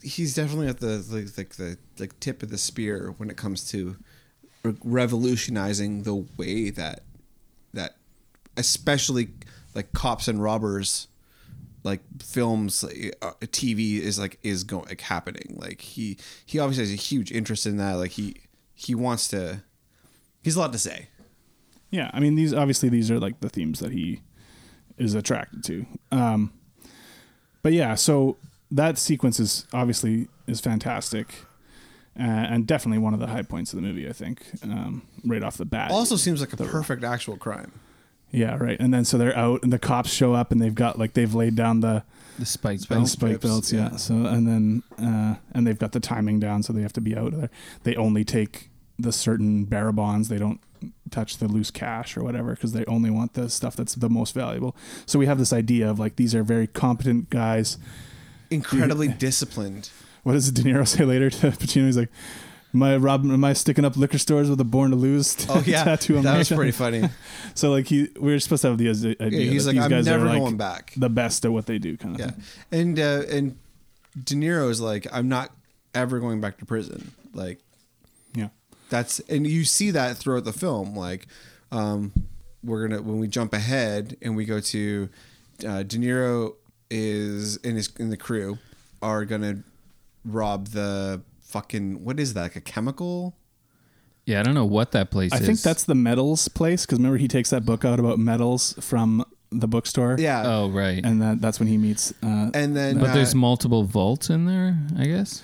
he's definitely at the like like the like tip of the spear when it comes to re- revolutionizing the way that that especially like cops and robbers like films like, uh, TV is like is going like happening like he he obviously has a huge interest in that like he he wants to he's a lot to say yeah, I mean these obviously these are like the themes that he is attracted to. Um, But yeah, so that sequence is obviously is fantastic, uh, and definitely one of the high points of the movie. I think um, right off the bat. Also seems like a perfect actual crime. yeah, right. And then so they're out, and the cops show up, and they've got like they've laid down the The spikes and spike belts. Yeah. So and then uh, and they've got the timing down, so they have to be out of there. They only take the certain bearer bonds. They don't touch the loose cash or whatever because they only want the stuff that's the most valuable. So we have this idea of like these are very competent guys. Incredibly disciplined. What does De Niro say later to Pacino? He's like. Am I robbing? Am I sticking up liquor stores with a "Born to Lose" Oh yeah, tattoo? on that my was chest?" pretty funny. So like he, we were supposed to have the idea. Yeah, he's that like, these "I'm guys never are like going back." The best at what they do, kind of Yeah, thing. and uh, and De Niro's like, I'm not ever going back to prison. Like Yeah. that's and you see that throughout the film like um we're gonna when we jump ahead and we go to uh, de niro is and his in the crew are gonna rob the fucking what is that like a chemical Yeah, I don't know what that place I is. think that's the metals place because remember he takes that book out about metals from the bookstore. yeah Oh right. and that, that's when he meets. Uh, and then but uh, there's multiple vaults in there, I guess.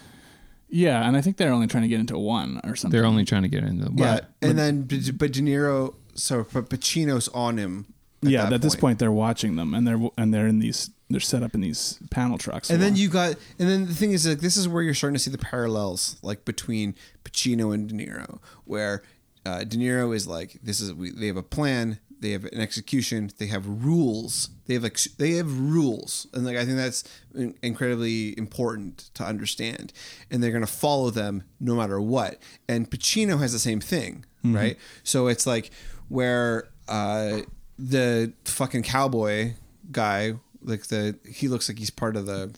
yeah, and I think they're only trying to get into one or something. They're only trying to get into the yeah and then but but de niro so but pacino's on him at yeah. that At this point, they're watching them, and they're and they're in these. They're set up in these panel trucks. And then you got, and then the thing is, like, this is where you're starting to see the parallels, like between Pacino and De Niro, where uh, De Niro is like, this is we, they have a plan, they have an execution, they have rules, they have ex- they have rules, and like I think that's in- incredibly important to understand, and they're gonna follow them no matter what. And Pacino has the same thing, right? So it's like where uh, the fucking cowboy guy like the he looks like he's part of the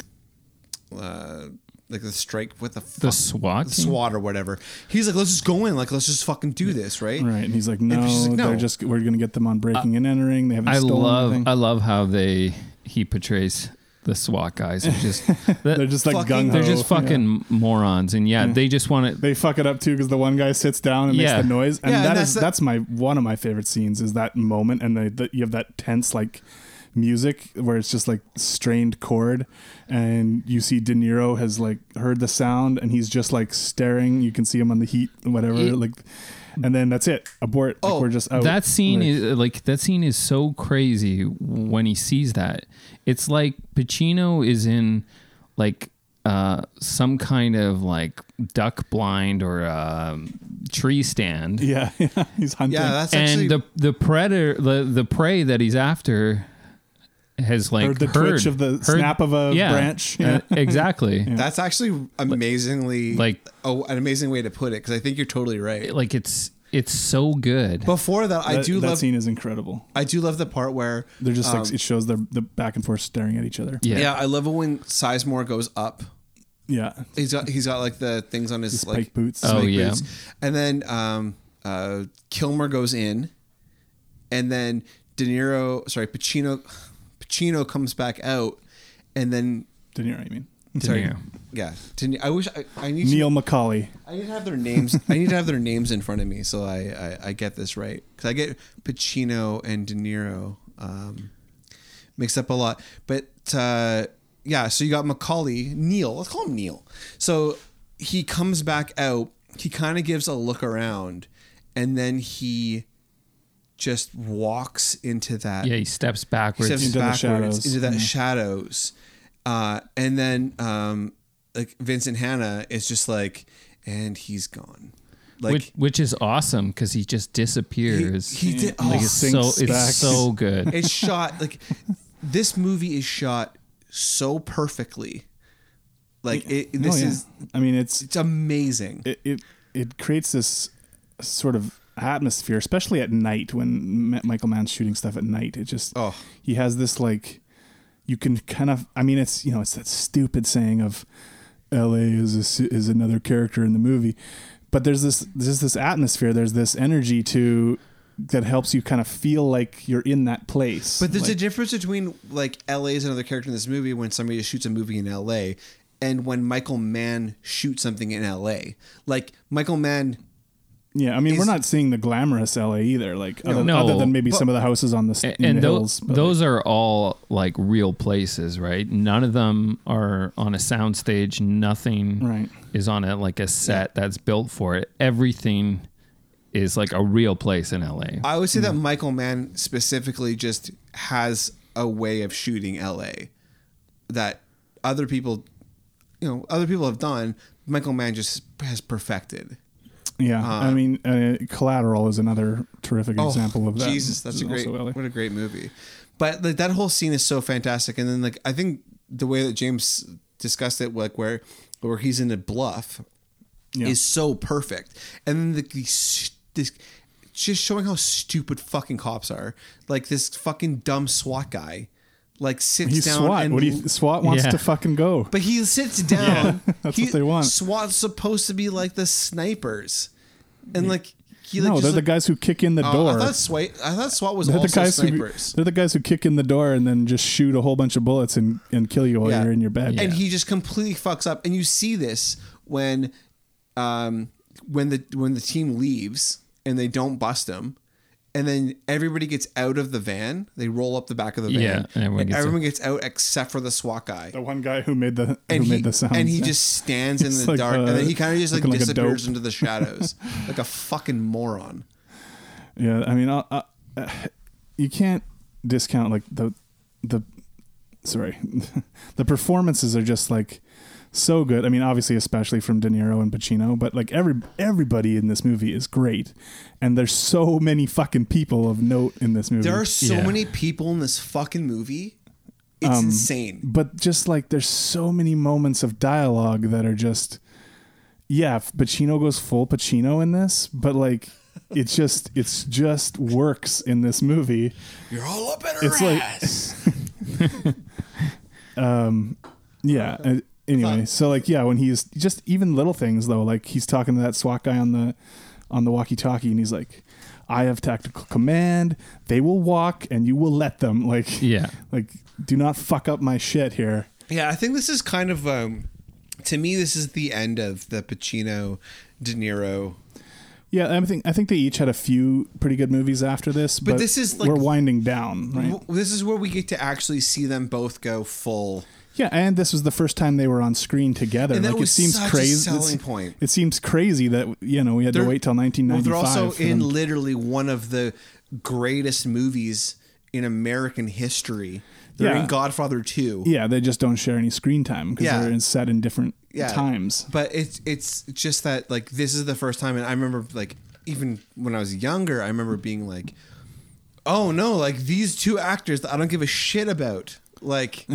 uh like the strike with the fuck, The SWAT the team? SWAT or whatever. He's like, let's just go in, like let's just fucking do this, right? right? And he's like, no, she's like, they're "No." just we're going to get them on breaking and entering. They haven't I stolen love anything. I love how they he portrays the SWAT guys. They're just they're just like fucking- gung ho. they're just fucking morons, and yeah, they just want to. They fuck it up too because the one guy sits down and Yeah. makes the noise, and Yeah, and that that's is the- that's my one of my favorite scenes is that moment, and the, the, you have that tense like music where it's just like strained chord, and you see De Niro has like heard the sound, and he's just like staring. You can see him on the heat, whatever, It- like, and then that's it. Abort. Oh, Oh, like, we're just out. That scene Like, is like that scene is so crazy when he sees that. It's like Pacino is in like uh some kind of like duck blind or um, tree stand. Yeah, yeah, he's hunting. Yeah, that's actually and the the predator the, the prey that he's after has like Heard the heard, twitch of the heard- snap of a yeah, branch. uh, exactly that's actually amazingly Like- oh an amazing way to put it because I think you're totally right. like it's it's so good Before that, I That- do that love scene is incredible. I do love the part where um, They're just like it shows their the back and forth staring at each other. yeah, yeah. I love it when Sizemore goes up. yeah. He's got he's got like the things on his Spike like boots. Oh, yeah. And then um, uh, Kilmer goes in, and then De Niro, sorry, Pacino, Pacino comes back out, and then De Niro, you mean? sorry, Niro. yeah, De Ni- I wish I, I need Neil McCauley. to, I need to have their names. I need to have their names in front of me so I I, I get this right because I get Pacino and De Niro um, mixed up a lot, but. Uh, yeah, so you got Macaulay, Neil. Let's call him Neil. So he comes back out. He kind of gives a look around, and then he just walks into that. yeah he steps He backwards steps Into the backwards shadows. into that shadows, uh, and then um, like Vincent Hanna is just like, and he's gone. Like which, which is awesome because he just disappears he did- like oh, it's so sinks it's back. so good it's shot like this movie is shot so perfectly. Like it, No, this Oh, yeah. is I mean, it's it's amazing. it, it it creates this sort of atmosphere, especially at night when Ma- Michael Mann's shooting stuff at night. It just Oh. he has this like you can kind of. I mean, it's you know it's that stupid saying of L.A. is a, ci- is another character in the movie, but there's this there's this atmosphere. There's this energy to that helps you kind of feel like you're in that place. But there's Like- a difference between like LA is another character in this movie when somebody shoots a movie in LA and when Michael Mann shoots something in LA. Like Michael Mann Yeah, I mean, we're Is- not seeing the glamorous LA either. Like, other, No. other than maybe But- some of the houses on the, s- A- in the and hills. those but, those are all like real places, right? None of them are on a soundstage. Nothing Right. is on a like a set that's built for it. Everything is like a real place in LA. I would say that Michael Mann specifically just has a way of shooting LA that other people, you know, other people have done. Michael Mann just has perfected. yeah, I mean, uh, Collateral is another terrific example of that. Oh, Jesus, that's a It's great, also LA. what a great movie. But like that whole scene is so fantastic, and then like I think the way that James discussed it, like where where he's in a bluff, Yeah. is so perfect, and then the, the s- this just showing how stupid fucking cops are. Like this fucking dumb SWAT guy, like sits He's down SWAT. and What do you, SWAT wants Yeah. to fucking go. but he sits down. that's He- what they want. SWAT's supposed to be like the snipers, and like he like no, just, they're the like- guys who kick in the Oh, door. I thought SWAT. I thought SWAT was They're also the guys snipers. who they're the guys who kick in the door and then just shoot a whole bunch of bullets and, and kill you while Yeah. you're in your bed. and he just completely fucks up. And you see this when, um, when the when the team leaves and they don't bust him, and then everybody gets out of the van. They roll up the back of the van. Yeah, and and everyone everyone, gets gets, out. out except for the SWAT guy. the one guy who made the And he, who made the sound and he just stands in He's the like, dark, and uh, then he kind of just like looking like a disappears dope. into the shadows, like a fucking moron. Yeah, I mean, I, I, you can't discount like the the sorry, the performances are just like so good. I mean, obviously, especially from De Niro and Pacino, but like every everybody in this movie is great, and there's so many fucking people of note in this movie. There are so Yeah. many people in this fucking movie. It's Um, insane. but just like there's so many moments of dialogue that are just yeah f- pacino goes full pacino in this but like it's just it's just works in this movie You're all up in her it's like- ass. Um, yeah uh, anyway so like yeah when he's just even little things though like he's talking to that swat guy on the on the walkie talkie and he's like i have tactical command they will walk and you will let them like Yeah. like do not fuck up my shit here Yeah, I think this is kind of um to me this is the end of the Pacino De Niro. Yeah, I think I think they each had a few pretty good movies after this, but, this is, like- we're winding down, right? W- This is where we get to actually see them both go full. yeah, and this was the first time they were on screen together. And that like was it seems such a crazy. selling it's- point. It seems crazy that you know we had to wait till Well, 1995. They're also for in them- literally one of the greatest movies in American history. They're Yeah. in Godfather 2. yeah, they just don't share any screen time because Yeah. they're in, set in different Yeah. times. But it's it's just that like this is the first time, and I remember like even when I was younger, I remember being like, "Oh no!" Like these two actors that I don't give a shit about. Like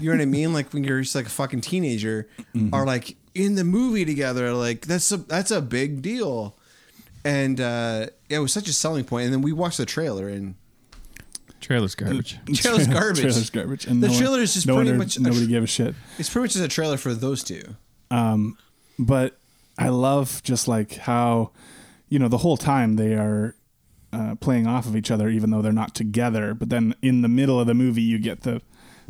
you know what I mean? Like when you're just like a fucking teenager, Mm-hmm. are like in the movie together. Like that's a that's a big deal. And uh, it was such a selling point. And then we watched the trailer, and Trailer's garbage. Mm. trailer's garbage. Trailer's garbage. And the no one- trailer is just no pretty wonder much a nobody tr- gave a shit. it's pretty much just a trailer for those two. but I love just like how you know the whole time they are uh, playing off of each other, even though they're not together. But then in the middle of the movie, you get the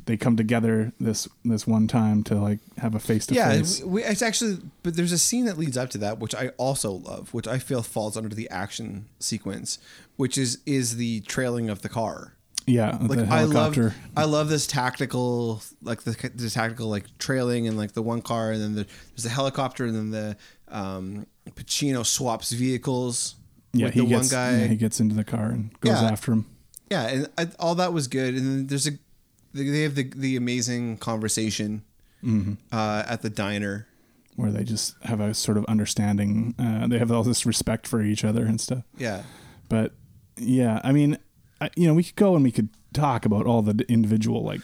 they come together this this one time to like have a face to Yeah, face. we, we- it's actually, but there's a scene that leads up to that, which I also love, which I feel falls under the action sequence, which is is the trailing of the car. Yeah, Like the I love, helicopter. I love this tactical, like the, the tactical like trailing and like the one car, and then the, there's the helicopter, and then the um, Pacino swaps vehicles yeah, with he the gets one guy. yeah, he gets into the car and goes Yeah. after him. Yeah, and I, all that was good. And then there's a they- they have the the amazing conversation Mm-hmm. uh, at the diner. Where they just have a sort of understanding. Uh, they have all this respect for each other and stuff. Yeah. but yeah i mean I, you know we could go and we could talk about all the individual like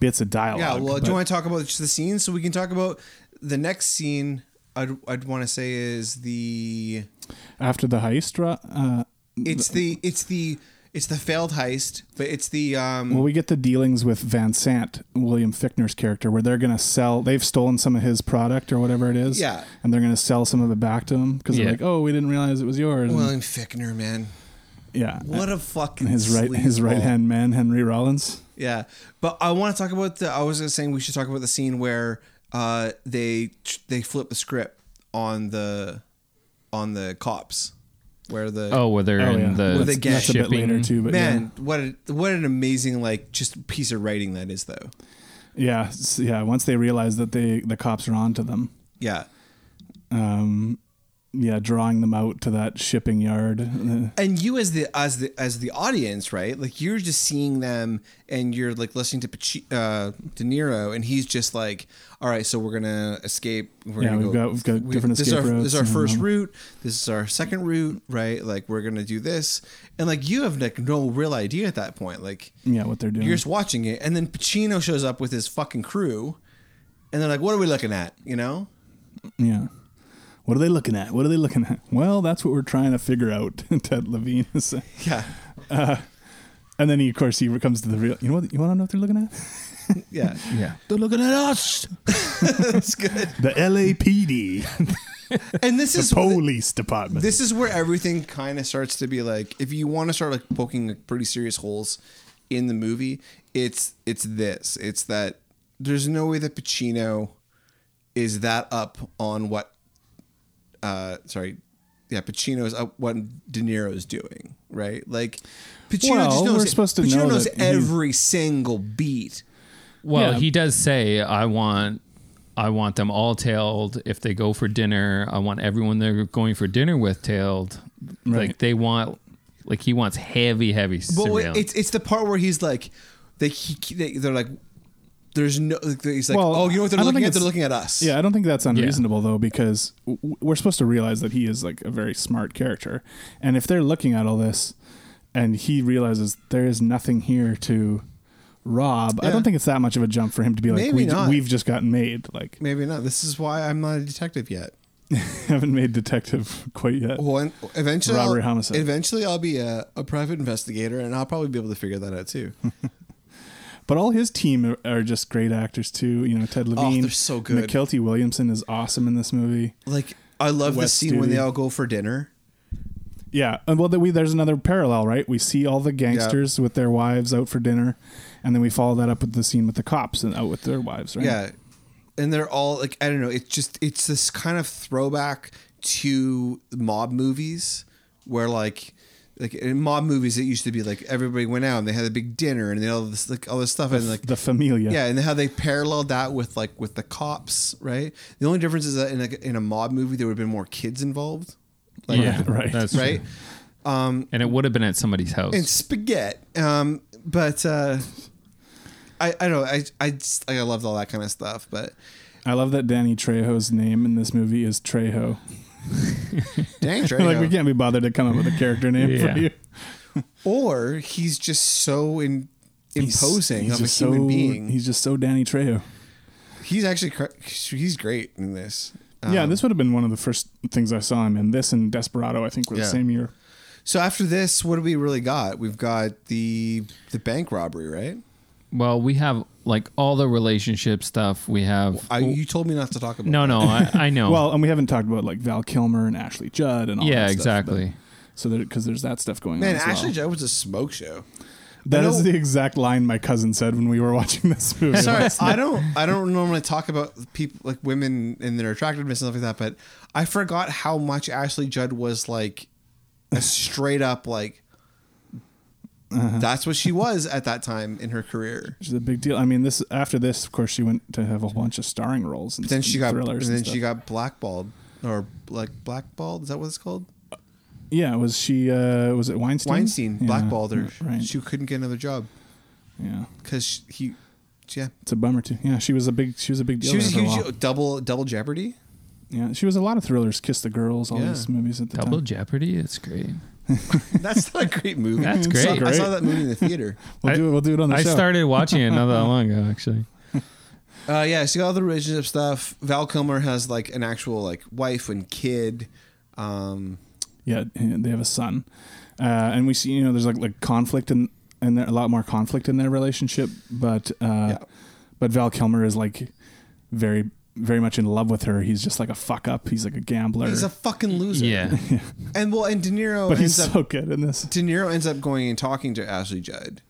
bits of dialogue Yeah, well, do but- you want to talk about just the scene? So we can talk about the next scene. I'd, I'd want to say is the after the heist dra- uh, it's the it's the it's the failed heist, but it's the um well we get the dealings with van sant william fickner's character where they're gonna sell they've stolen some of his product or whatever it is Yeah. and they're gonna sell some of it back to him because Yeah. they're like oh we didn't realize it was yours and- William Fickner, man. yeah What a fucking his right his sleazeball. right hand man henry rollins Yeah, but I want to talk about the. I was just saying we should talk about the scene where uh they they flip the script on the on the cops where the Oh, where they're in the Where they get that's a bit shipping- later too, but yeah. man what a, what an amazing like just piece of writing that is though. Yeah, s- yeah. Once they realize that they the cops are onto them, Yeah, um, yeah, drawing them out to that shipping yard. Uh, and you as the as the as the audience, right? Like you're just seeing them, and you're like listening to Paci- uh, De Niro, and he's just like, "All right, so we're gonna escape. We're Yeah, gonna we've got- we've got different this escape is our, routes This is our and, first um, route. This is our second route, right? Like we're gonna do this, and like you have like no real idea at that point. Like yeah, what they're doing. you're just watching it, and then Pacino shows up with his fucking crew, and they're like, "What are we looking at?" You know? yeah. What are they looking at? What are they looking at? Well, that's what we're trying to figure out. Ted Levine is saying. Yeah, And then he, of course, he comes to the real. You know what? You want to know what they're looking at? yeah, yeah. They're looking at us. that's good. The LAPD, And this is police department. this is where everything kind of starts to be like if you want to start like poking like, pretty serious holes in the movie it's it's this it's that there's no way that pacino is that up on what uh sorry yeah pacino is up what de niro's doing right like pacino just Well, knows we're supposed to pacino know knows that he- every single beat Well, Yeah. he does say, "I want, I want them all tailed. If they go for dinner, I want everyone they're going for dinner with tailed. Like Right. they want, like he wants heavy, heavy But wait, surveillance. it's it's the part where he's like, they, he, they they're like, there's no. He's like, Well, oh, you know what they're I don't looking think at? They're it's- looking at us. Yeah, I don't think that's unreasonable though, because w- w- we're supposed to realize that he is like a very smart character, and if they're looking at all this, and he realizes there is nothing here to rob, I Yeah. don't think it's that much of a jump for him to be like, Maybe we, not. we've just gotten made, like Maybe not. This is why I'm not a detective yet. haven't made detective quite yet. Well, eventually, Robbery, I'll, homicide. Eventually, I'll be a, a private investigator, and I'll probably be able to figure that out too. Hmm. But all his team are, are just great actors too. You know, Ted Levine, Oh, they're so good. McKelty Williamson is awesome in this movie. like, I love the West scene when they Studio. all go for dinner. Yeah, and well, that we there's another parallel, right? We see all the gangsters with their wives out for dinner, and then we follow that up with the scene with the cops and out with their wives, right? Yeah, and they're all like, I don't know. It's just it's this kind of throwback to mob movies where like. Like in mob movies, it used to be like everybody went out and they had a big dinner and they all this like all this stuff and like the familia. Yeah, and how they paralleled that with like with the cops, right? The only difference is that in a, in a mob movie there would have been more kids involved, like, yeah, right. That's right? true. And it would have been at somebody's house. And spaghetti. Um, but uh, I I don't know, I I just, like, I loved all that kind of stuff, but I love that Danny Trejo's name in this movie is Trejo. dang, Drago. like we can't be bothered to come up with a character name Yeah. for you. or he's just so in, He's- imposing he's of a just human so- being. He's, He's just so Danny Trejo. actually cr- he's great in this. yeah, this would have been one of the first things I saw him in. This and Desperado, I think, were Yeah. the same year. So after this, what do we really got? We've got the the bank robbery, right? well, we have like all the relationship stuff. We have. I, you told me not to talk about. no, no, I, I know. Well, and we haven't talked about like Val Kilmer and Ashley Judd and all yeah, that stuff, exactly. but- so there, because there's that stuff going Man, on. as Ashley well. Judd was a smoke show. That I is know- the exact line my cousin said when we were watching this movie. Sorry, I don't. I don't normally talk about people like women and their attractiveness and stuff like that, but I forgot how much Ashley Judd was like a straight up like. Uh-huh. That's what she was at that time in her career. Which is a big deal. I mean, this after this, of course, she went to have a whole bunch of starring roles. And Then she got. And thrillers. And then she stuff. got blackballed, or like blackballed. Is that what it's called? yeah. Was she? Uh, was it Weinstein? Weinstein yeah, blackballed her. Right. She couldn't get another job yeah, because he. Yeah, it's a bummer too. Yeah, she was a big. She was a big deal. she was a there for a huge while. double double Jeopardy. Yeah, she was a lot of thrillers. Kiss the Girls. All Yeah. these movies at the Double time. Jeopardy. It's great. That's not a great movie. That's great. I saw that movie in the theater. We'll I- do it. We'll do it on the I show. started watching it not that long ago, actually. Uh, yeah, so all the relationship stuff. Val Kilmer has like an actual like wife and kid. Um, yeah, and they have a son, uh, and we see you know there's like like conflict in and there a lot more conflict in their relationship, but uh, but Val Kilmer is like very very much in love with her. He's just like a fuck up. He's like a gambler, he's a fucking loser. Yeah. and well, and De Niro but he's ends up so good in this. De Niro ends up going and talking to Ashley Judd.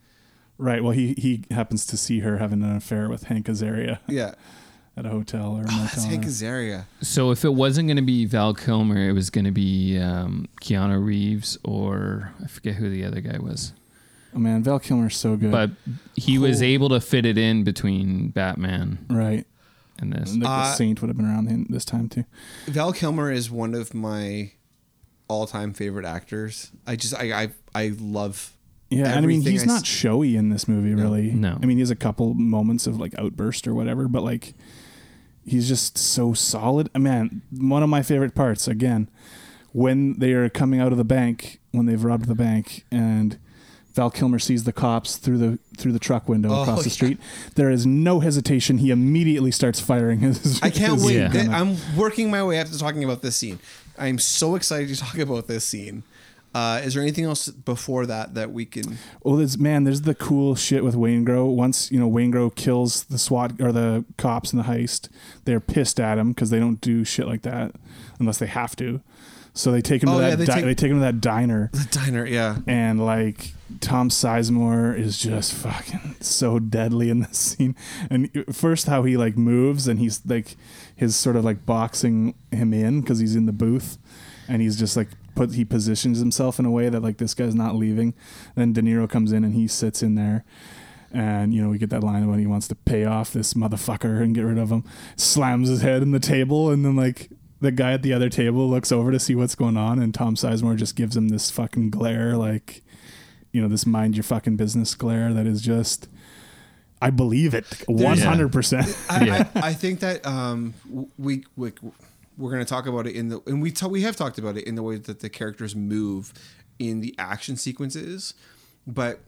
Right. Well, he he happens to see her having an affair with Hank Azaria, Yeah, Oh, at a hotel or a motel. That's Hank or- Azaria. So if it wasn't going to be Val Kilmer, it was going to be um, Keanu Reeves or I forget who the other guy was. oh man, Val Kilmer's so good. But he was able to fit it in between Batman right, and this. and the, Uh, Saint would have been around then, this time too. Val Kilmer is one of my all-time favorite actors. I just I I, I love. Yeah, and I mean everything he's I not s- showy in this movie really. No. I mean he has a couple moments of like outburst or whatever, but like he's just so solid. Uh, Man, one of my favorite parts again when they are coming out of the bank when they've robbed the bank and Val Kilmer sees the cops through the through the truck window Oh, across the yeah. street. There is no hesitation. He immediately starts firing his. I can't his wait. Yeah. Th- I'm working my way up to talking about this scene. I'm so excited to talk about this scene. Uh, is there anything else before that that we can? Well, there's oh, man, there's the cool shit with Wayne Grow. Once you know Wayne Grow kills the SWAT or the cops in the heist, they're pissed at him because they don't do shit like that unless they have to. So they take him Oh, to that. yeah, they di- take- they take him to that diner, The diner, yeah. and like Tom Sizemore is just fucking so deadly in this scene. And first, how he like moves and he's like his sort of like boxing him in because he's in the booth, and he's just like put he positions himself in a way that like this guy's not leaving. Then De Niro comes in and he sits in there. And you know we get that line when he wants to pay off this motherfucker and get rid of him, slams his head in the table, and then like the guy at the other table looks over to see what's going on, and Tom Sizemore just gives him this fucking glare, like you know this mind your fucking business glare that is just, I believe it one hundred percent. I, I, I think that um, w- we, we we're going to talk about it in the and we ta- we have talked about it in the way that the characters move in the action sequences, but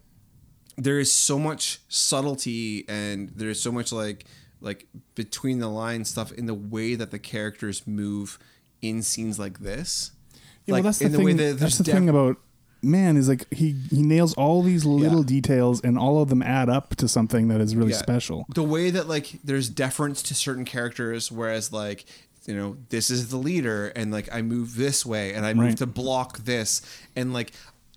there is so much subtlety and there is so much like like between the lines stuff in the way that the characters move in scenes like this. Yeah, like well, that's the in thing. that that's the there's depth- thing about man is like he he nails all these little details, and all of them add up to something that is really Yeah. special. The way that like there's deference to certain characters, whereas like you know this is the leader, and like I move this way, and I move Right. to block this, and like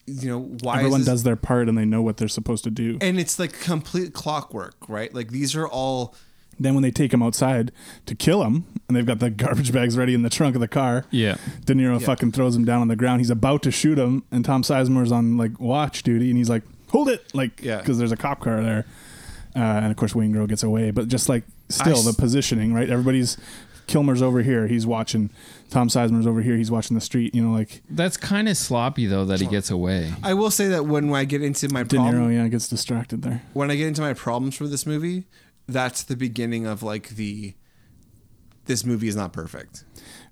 you know why is Everyone this- does their part, and they know what they're supposed to do. and it's like complete clockwork, right? Like these are all Then when they take him outside to kill him, and they've got the garbage bags ready in the trunk of the car. Yeah. De Niro fucking throws him down on the ground. He's about to shoot him, and Tom Sizemore's on like watch duty, and he's like, "Hold it!" Like, Yeah. because there's a cop car there, uh, and of course Wayne Girl gets away. But just like I still s- the positioning, right? Everybody's Kilmer's over here. He's watching. Tom Sizemore's over here. He's watching the street. You know, like That's kind of sloppy though that he gets away. I will say that when I get into my De Niro, problem, yeah, gets distracted there. when I get into my problems for this movie, that's the beginning of like the this movie is not perfect.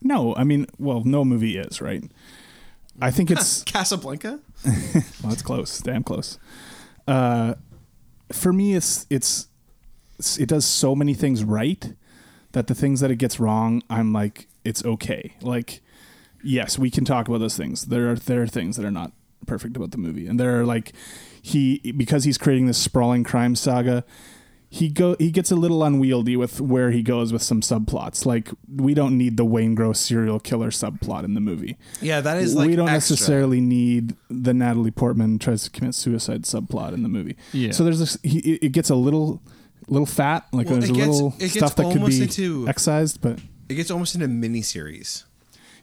No, I mean, well, no movie is right. I think it's Casablanca? Well, that's close. Damn close. Uh, for me, it's, it's it's- it does so many things right that the things that it gets wrong, I'm like, it's okay. Like, yes, we can talk about those things. There are there are things that are not perfect about the movie, and there are like he because he's creating this sprawling crime saga. He go he gets a little unwieldy with where he goes with some subplots. Like we don't need the Wayne Gross serial killer subplot in the movie Yeah, that is like we don't extra. necessarily need the Natalie Portman tries to commit suicide subplot in the movie. Yeah. So there's this. He, it- it gets a little, little fat. Like Well, there's it a gets- little it gets stuff that could almost be into- excised, but It gets almost into miniseries.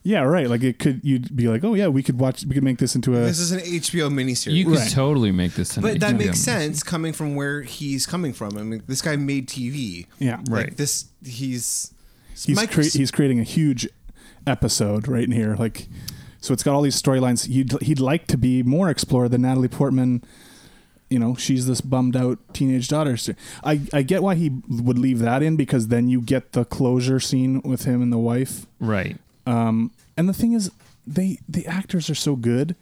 yeah, right. Like it could. You'd be like, oh yeah, we could watch. We could make this into a. This is an HBO miniseries. You could Right. totally make this. an but that HBO makes movie. sense coming from where he's coming from. I mean, this guy made TV. Yeah. Like Right. this, he's he's Micros- crea- he's creating a huge episode right in here. Like, so it's got all these storylines. He'd he'd like to be more explored than Natalie Portman. You know, she's this bummed out teenage daughter. So I I get why he would leave that in because then you get the closure scene with him and the wife. Right. Um, and the thing is, they the actors are so good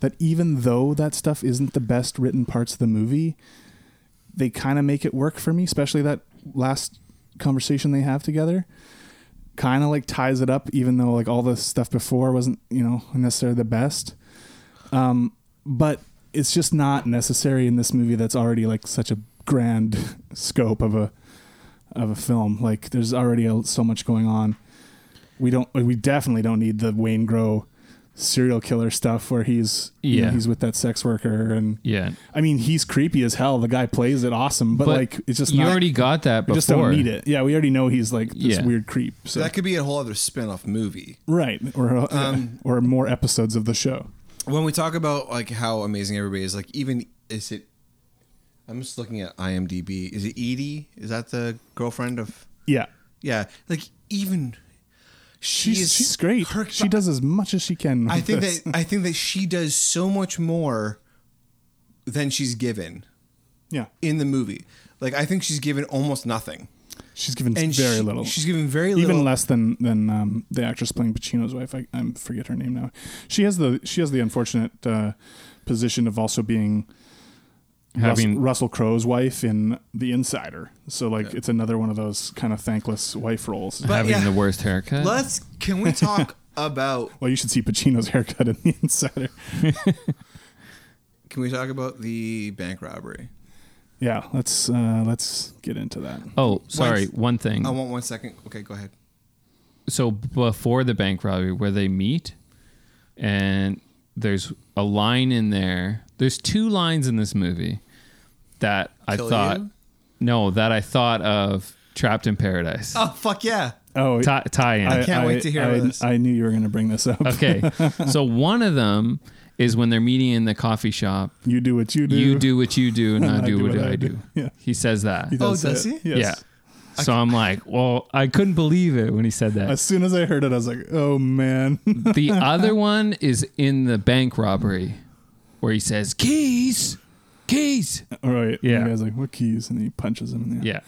that even though that stuff isn't the best written parts of the movie, they kind of make it work for me. Especially that last conversation they have together, kind of like ties it up. Even though like all the stuff before wasn't you know necessarily the best, um, but it's just not necessary in this movie that's already like such a grand scope of a of a film. Like there's already a, so much going on we don't we definitely don't need the Wayne Grow serial killer stuff where he's you know, Yeah. he's with that sex worker and Yeah. I mean he's creepy as hell. The guy plays it awesome, but, like it's just you not, already got that before. we just don't need it. Yeah, we already know he's like this Yeah. weird creep. So That could be a whole other spin-off movie. right or uh, Um, or more episodes of the show. When we talk about like how amazing everybody is, like even is it? I'm just looking at IMDb. Is it Edie? Is that the girlfriend of? Yeah, Yeah, like even she's is- she's great. her- she does as much as she can. I with think this. that I think that she does so much more than she's given yeah, in the movie. Like I think she's given almost nothing, she's given and very she- little. She's given very little. even less than than um, the actress playing Pacino's wife. I, I forget her name now. She has the she has the unfortunate uh, position of also being Having- Russell, Russell Crowe's wife in The Insider. So like it's another one of those kind of thankless wife roles. But Having yeah, the worst haircut. let's can we talk about well, you should see Pacino's haircut in The Insider. can we talk about the bank robbery? Yeah, let's uh, let's get into that. oh, sorry. Once- One thing. I want one second. Okay, go ahead. so before the bank robbery where they meet and there's a line in there there's two lines in this movie that i Kill thought you? no that i thought of trapped in paradise Oh fuck yeah! Oh, Ti- tie-in can't wait to hear I, this. I knew you were going to bring this up. okay so one of them is when they're meeting in the coffee shop you do what you do. you do what you do and i, do, what, i do, Yeah. he says that He Oh, does it. he? Yes. yeah so i'm like well i couldn't believe it when he said that As soon as I heard it, I was like, "Oh man!" The other one is in the bank robbery where he says, Keys, keys. All right. Yeah. And the guy's like, "What keys?" And he punches him in the Yeah.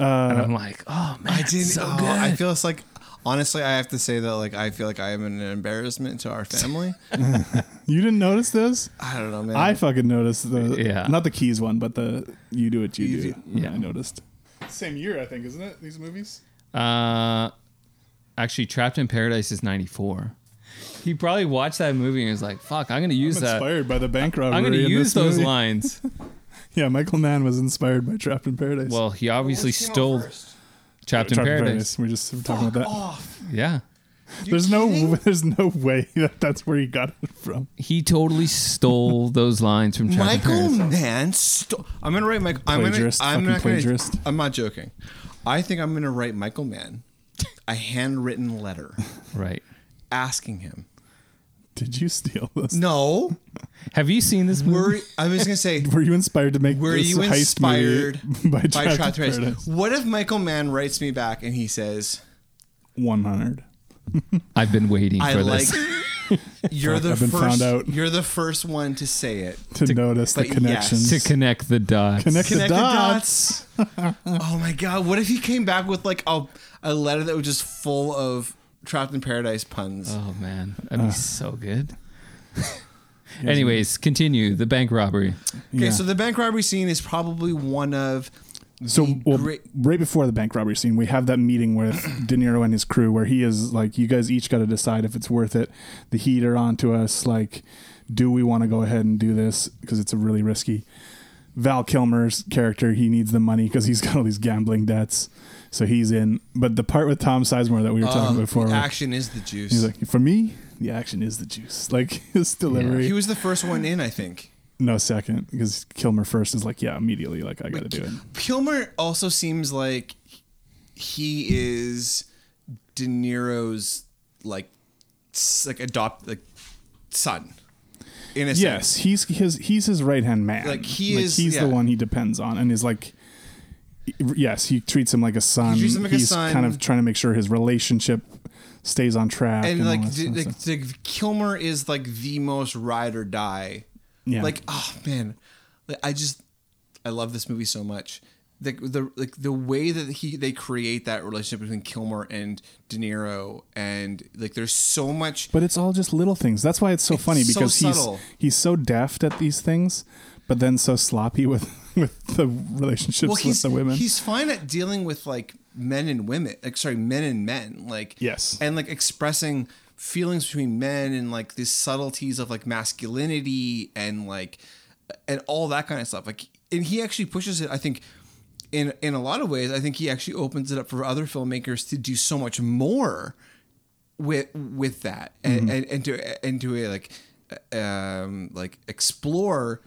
and I'm like, oh, man. I didn't. So oh, good. I feel it's like honestly, I have to say that like I feel like I am an embarrassment to our family. You didn't notice this? I don't know, man. I fucking noticed the Yeah. not the keys one, but the you do what you, You do. do- Yeah, Yeah. I noticed. Same year, I think, isn't it? These movies. uh, actually, Trapped in Paradise is 94. He probably watched that movie and was like, fuck, I'm going to use that. Inspired by the bank robbery. I'm going to in use this those movie. lines. Yeah, Michael Mann was inspired by Trapped in Paradise. well, he obviously stole Trapped in Trapped Paradise. We're just talking about that. Yeah. there's no, there's no way that that's where he got it from. He totally stole those lines from Trapped in Michael Paradise. Mann. Sto- I'm gonna write Michael. I'm gonna. Plagiarist, I'm fucking not gonna- plagiarist. I'm not joking. I think I'm gonna write Michael Mann a handwritten letter Right. asking him. Did you steal this? No, Have you seen this movie? were I was gonna say. Were you inspired to make Were this you heist inspired movie by by Trapped in Trapped in Paradise? Paradise? What if Michael Mann writes me back and he says, 100. I've been waiting "I for like this. you're the I've been first found out. you're the first one to say it." To, notice the but yes. connections. to connect the dots. Connect the Connect the dots. dots. oh my god! What if he came back with like a a letter that was just full of Trapped in Paradise puns? Uh, Oh man, that'd be so good. Anyways, continue the bank robbery. Okay, Yeah. so the bank robbery scene is probably one of So the well, great- right before the bank robbery scene, we have that meeting with De Niro and his crew, where he is like, "You guys each got to decide if it's worth it. The heat are on to us. Like, do we want to go ahead and do this because it's a really risky." Val Kilmer's character, he needs the money because he's got all these gambling debts, so he's in. But the part with Tom Sizemore that we were talking about before, Um, the where action is the juice. he's like, "For me, the action is the juice." Like his delivery, he was the first one in, I think. no second, because Kilmer first is like, "Yeah, immediately, like I got to do it." Kilmer also seems like he is De Niro's like s- like adopt like son. In a sense. Yes, he's his he's his right hand man. Like, he is- he's yeah. the one he depends on, and is like, yes, he treats him like a son. He treats him like a he's son. kind of trying to make sure his relationship stays on track. and all like, that d- stuff, like so. d- Kilmer is like the most ride or die. Yeah. Like oh man, Like, I just I love this movie so much. Like the like the way that he they create that relationship between Kilmer and De Niro and like there's so much but it's all just little things. That's why it's so funny so because subtle. he's he's so deft at these things, but then so sloppy with with the relationships well with he's the women. he's fine at dealing with like men and women like sorry men and men like Yes. and like expressing feelings between men and like these subtleties of like masculinity and like and all that kind of stuff like and he actually pushes it i think in in a lot of ways i think he actually opens it up for other filmmakers to do so much more with with that and Mm-hmm. and, and to and to uh, like uh, um like explore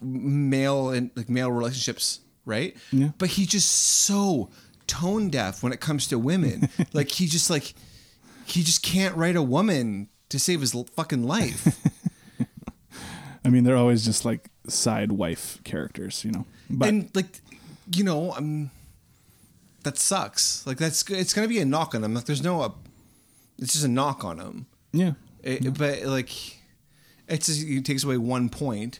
male and like male relationships right Yeah. but he's just so tone deaf when it comes to women like he just like he just can't write a woman to save his l- fucking life I mean, they're always just like side wife characters, you know. But and like you know um that sucks like that's it's gonna be a knock on him like there's no uh, it's just a knock on him yeah, It, But like, it's just, it takes away one point.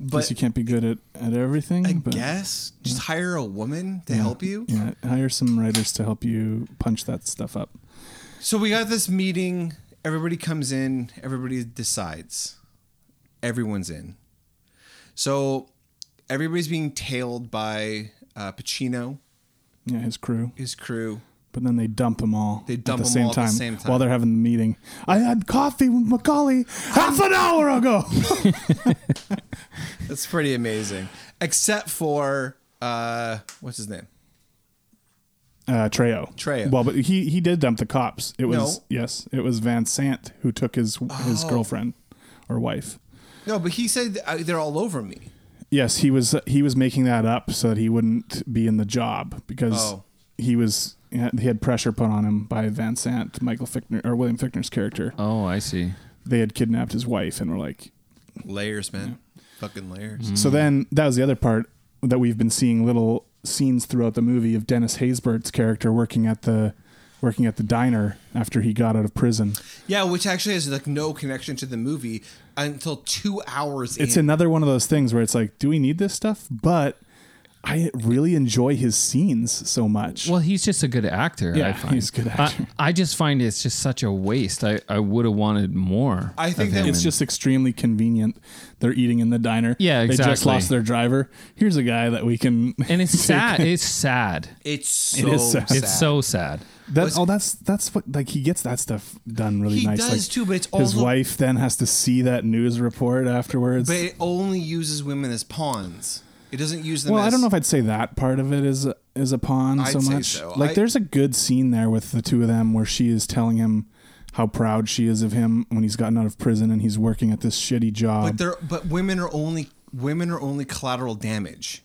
but But you can't be good at at everything. I but guess just hire a woman to help you. Yeah, hire some writers to help you punch that stuff up. So we got this meeting. Everybody comes in. Everybody decides. Everyone's in. So everybody's being tailed by uh, Pacino, Yeah, his crew. his crew. But then they dump them all. They dump at the 'em same all at the time same time. while they're having the meeting. I had coffee with Macaulay half an hour ago. That's pretty amazing. Except for uh, what's his name? Uh, Treo. Treo. Well, but he he did dump the cops. It was No. Oh. yes, it was Van Sant who took his his girlfriend or wife. No, but he said uh, they're all over me. Yes, he was he was making that up so that he wouldn't be in the job because Oh. he was he had pressure put on him by Van Sant, Michael Fickner or William Fickner's character. Oh, I see. They had kidnapped his wife and were like, Layers, man. Fucking layers. Mm. So then that was the other part that we've been seeing little scenes throughout the movie of Dennis Haysbert's character working at the working at the diner after he got out of prison. Yeah, which actually has like no connection to the movie until two hours It's in. another one of those things where it's like, do we need this stuff? But I really enjoy his scenes so much. Well, he's just a good actor. I Yeah, find. he's a good I- actor. I, just find it's just such a waste. I, I would have wanted more. I think of that him It's in- just extremely convenient. They're eating in the diner. Yeah, They just exactly. lost their driver. Here's a guy that we can. and it's sad. It's sad. It's so It is sad. It's so sad. That, oh, that's that's what like he gets that stuff done really He nice. does like, too, but it's his also- wife then has to see that news report afterwards. but it only uses women as pawns. It doesn't use them. well, as, I don't know if I'd say that part of it is is a pawn I'd so say much. so. Like I- there's a good scene there with the two of them where she is telling him how proud she is of him when he's gotten out of prison and he's working at this shitty job. But they're but women are only women are only collateral damage,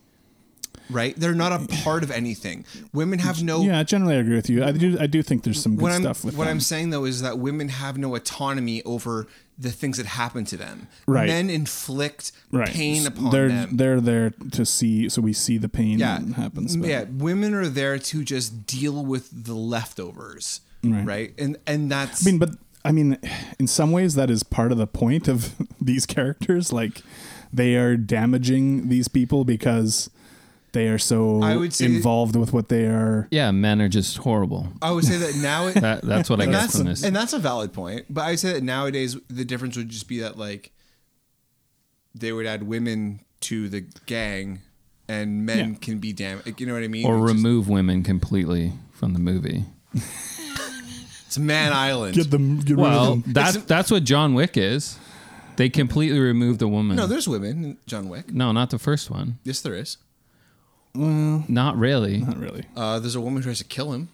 right? They're not a part of anything. Women have no. yeah, generally I agree with you. I do I do think there's some good What I'm stuff with what them. I'm saying though is that women have no autonomy over the things that happen to them. Right. Men inflict right. pain upon they're, them. They're there to see, so we see the pain yeah that happens. but- yeah women are there to just deal with the leftovers right, and and that's I mean, but I mean, in some ways, that is part of the point of these characters. Like, they are damaging these people because they are so I would say- involved with what they are. Yeah, men are just horrible. i would say that now it, That, that's what I and get that's from this. and that's a valid point but i would say that nowadays the difference would just be that like they would add women to the gang and men Yeah. can be damn you know what i mean Or It's just- remove women completely from the movie. it's man island Get them. Get rid Well, of them. that's that's what John Wick is. They completely removed the woman. no there's women in john wick No, not the first one. yes there is Not really. Not really. uh, there's a woman who tries to kill him